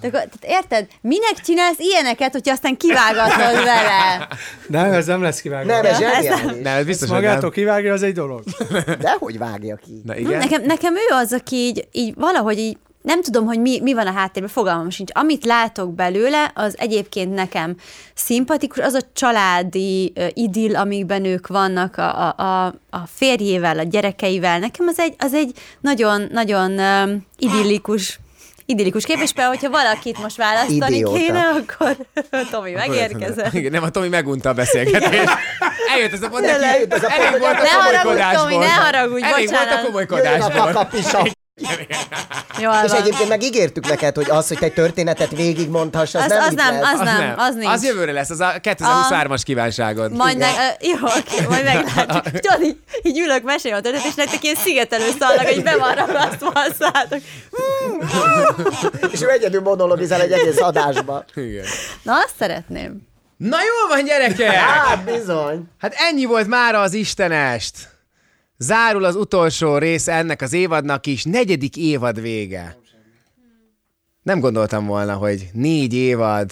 S3: De akkor, tehát érted? Minek csinálsz ilyeneket, hogyha aztán kivágatod vele?
S4: Nem, ez nem lesz kivágva.
S5: Nem, ez
S3: Ja, ez
S5: zseniális.
S2: Nem, ez biztos, hogy nem.
S4: Magától kivágja, az egy dolog.
S5: Dehogy vágja ki.
S2: Na
S3: Igen?
S2: igen.
S3: Nekem, nekem ő az, aki így, így valahogy így nem tudom, hogy mi, mi van a háttérben, fogalmam sincs. Amit látok belőle, az egyébként nekem szimpatikus, az a családi ö, idill, amikben ők vannak a, a, a, a férjével, a gyerekeivel. Nekem az egy, az egy nagyon, nagyon um, idillikus idillikus kép, és például, hogyha valakit most választani
S5: Idióta.
S3: kéne, akkor Tomi megérkezett.
S2: Igen, nem, a Tomi megunta a beszélgetést. Eljött ez a pont, neki,
S5: Eljött ez a pont,
S2: elég
S5: hogy
S2: volt a
S3: ne haragudj,
S2: komolykodásból.
S3: Tomi, ne haragudj,
S2: Elég volt a
S3: bocsánat.
S5: Jöjjön
S2: komolykodásból.
S5: a kakapisa.
S3: Jól
S5: És
S3: van.
S5: egyébként meg ígértük neked, hogy az, hogy te egy történetet végigmondhass, az,
S3: Az-
S5: nem
S3: az
S5: itt
S3: nem,
S5: lesz.
S3: az nem. nincs.
S2: Az jövőre lesz, az a 2023-as kívánságod.
S3: Majd meg, ö, jó, oké, majd meglátjuk. Tudod, így, így ülök, mesélj a történet, és nektek ilyen szigetelő szallag, hogy be van ragasztva a szátok.
S5: És ő egyedül monologizál egy egész adásba.
S2: Igen.
S3: Na, azt szeretném.
S2: Na jól van, gyerekek!
S5: Hát bizony.
S2: Hát ennyi volt mára az Istenest. Zárul az utolsó rész ennek az évadnak is, negyedik évad vége. Nem gondoltam volna, hogy négy évad,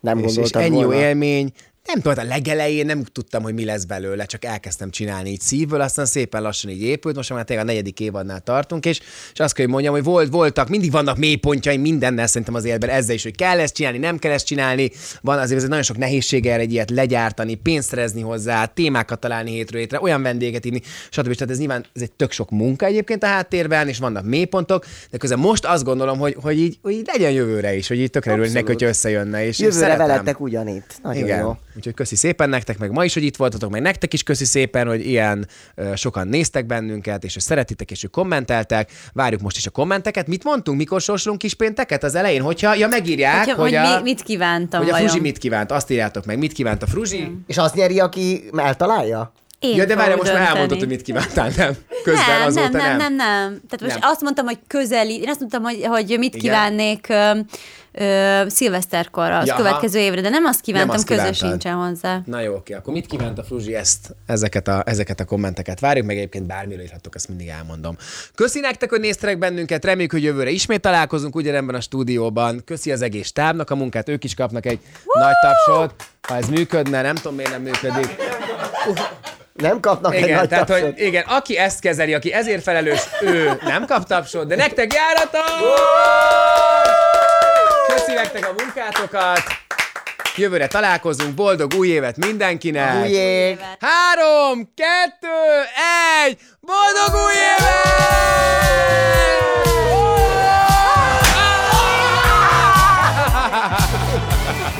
S5: Nem
S2: és, és
S5: gondoltam
S2: ennyi jó
S5: volna.
S2: élmény. Nem tudom, hát a legelején nem tudtam, hogy mi lesz belőle, csak elkezdtem csinálni így szívből, aztán szépen lassan így épült, most már tényleg a negyedik évadnál tartunk, és, és azt kell, hogy mondjam, hogy volt, voltak, mindig vannak mélypontjai mindennel szerintem az életben, ezzel is, hogy kell ezt csinálni, nem kell ezt csinálni, van azért, azért nagyon sok nehézsége erre egy ilyet legyártani, pénzt szerezni hozzá, témákat találni hétről hétre, olyan vendéget inni, stb. Tehát ez nyilván ez egy tök sok munka egyébként a háttérben, és vannak mélypontok, de közben most azt gondolom, hogy, hogy így, hogy így legyen jövőre is, hogy így tökre örülnék, neki, hogyha összejönne. És, és
S5: Jövőre
S2: szeretem.
S5: veletek ugyanitt. Nagyon
S2: Igen.
S5: jó.
S2: Úgyhogy köszi szépen nektek, meg ma is, hogy itt voltatok, meg nektek is köszi szépen, hogy ilyen ö, sokan néztek bennünket, és hogy szeretitek, és hogy kommenteltek. Várjuk most is a kommenteket. Mit mondtunk, mikor sorsolunk kis pénteket az elején? Hogyha, ja, megírják,
S3: Hogyha, hogy,
S2: a,
S3: mi, mit kívántam
S2: hogy a
S3: vajon.
S2: Fruzsi mit kívánt, azt írjátok meg, mit kívánt a Fruzsi.
S5: És azt nyeri, aki eltalálja?
S3: Én
S2: ja, de várj,
S3: fogok
S2: most már
S3: dönteni.
S2: elmondtad, hogy mit kívántál, nem? Közben
S3: nem,
S2: azóta
S3: nem, nem, nem, nem. Tehát most
S2: Nem.
S3: azt mondtam, hogy közeli, én azt mondtam, hogy, hogy mit kívánnék ö, ö, szilveszterkor az
S2: Ja, aha.
S3: következő évre, de nem azt kívántam,
S2: azt
S3: közös
S2: kívántad.
S3: sincsen hozzá.
S2: Na jó, oké, akkor mit kívánt a Fruzsi ezt, ezeket, a, ezeket a kommenteket? Várjuk meg egyébként bármiről írhatok, ezt mindig elmondom. Köszi nektek, hogy néztek bennünket, reméljük, hogy jövőre ismét találkozunk ugyanebben a stúdióban. Köszi az egész tábnak a munkát, ők is kapnak egy Woo! nagy tapsot. Ha ez működne, nem tudom miért nem működik.
S5: Nem kapnak egy
S2: Igen,
S5: nagy
S2: tehát,
S5: tapsot.
S2: hogy igen, aki ezt kezeli, aki ezért felelős, ő nem kap tapsot, de nektek járatos! Köszi nektek a munkátokat! Jövőre találkozunk, boldog új évet mindenkinek!
S5: Újjék!
S2: Három, kettő, egy! Boldog új évet!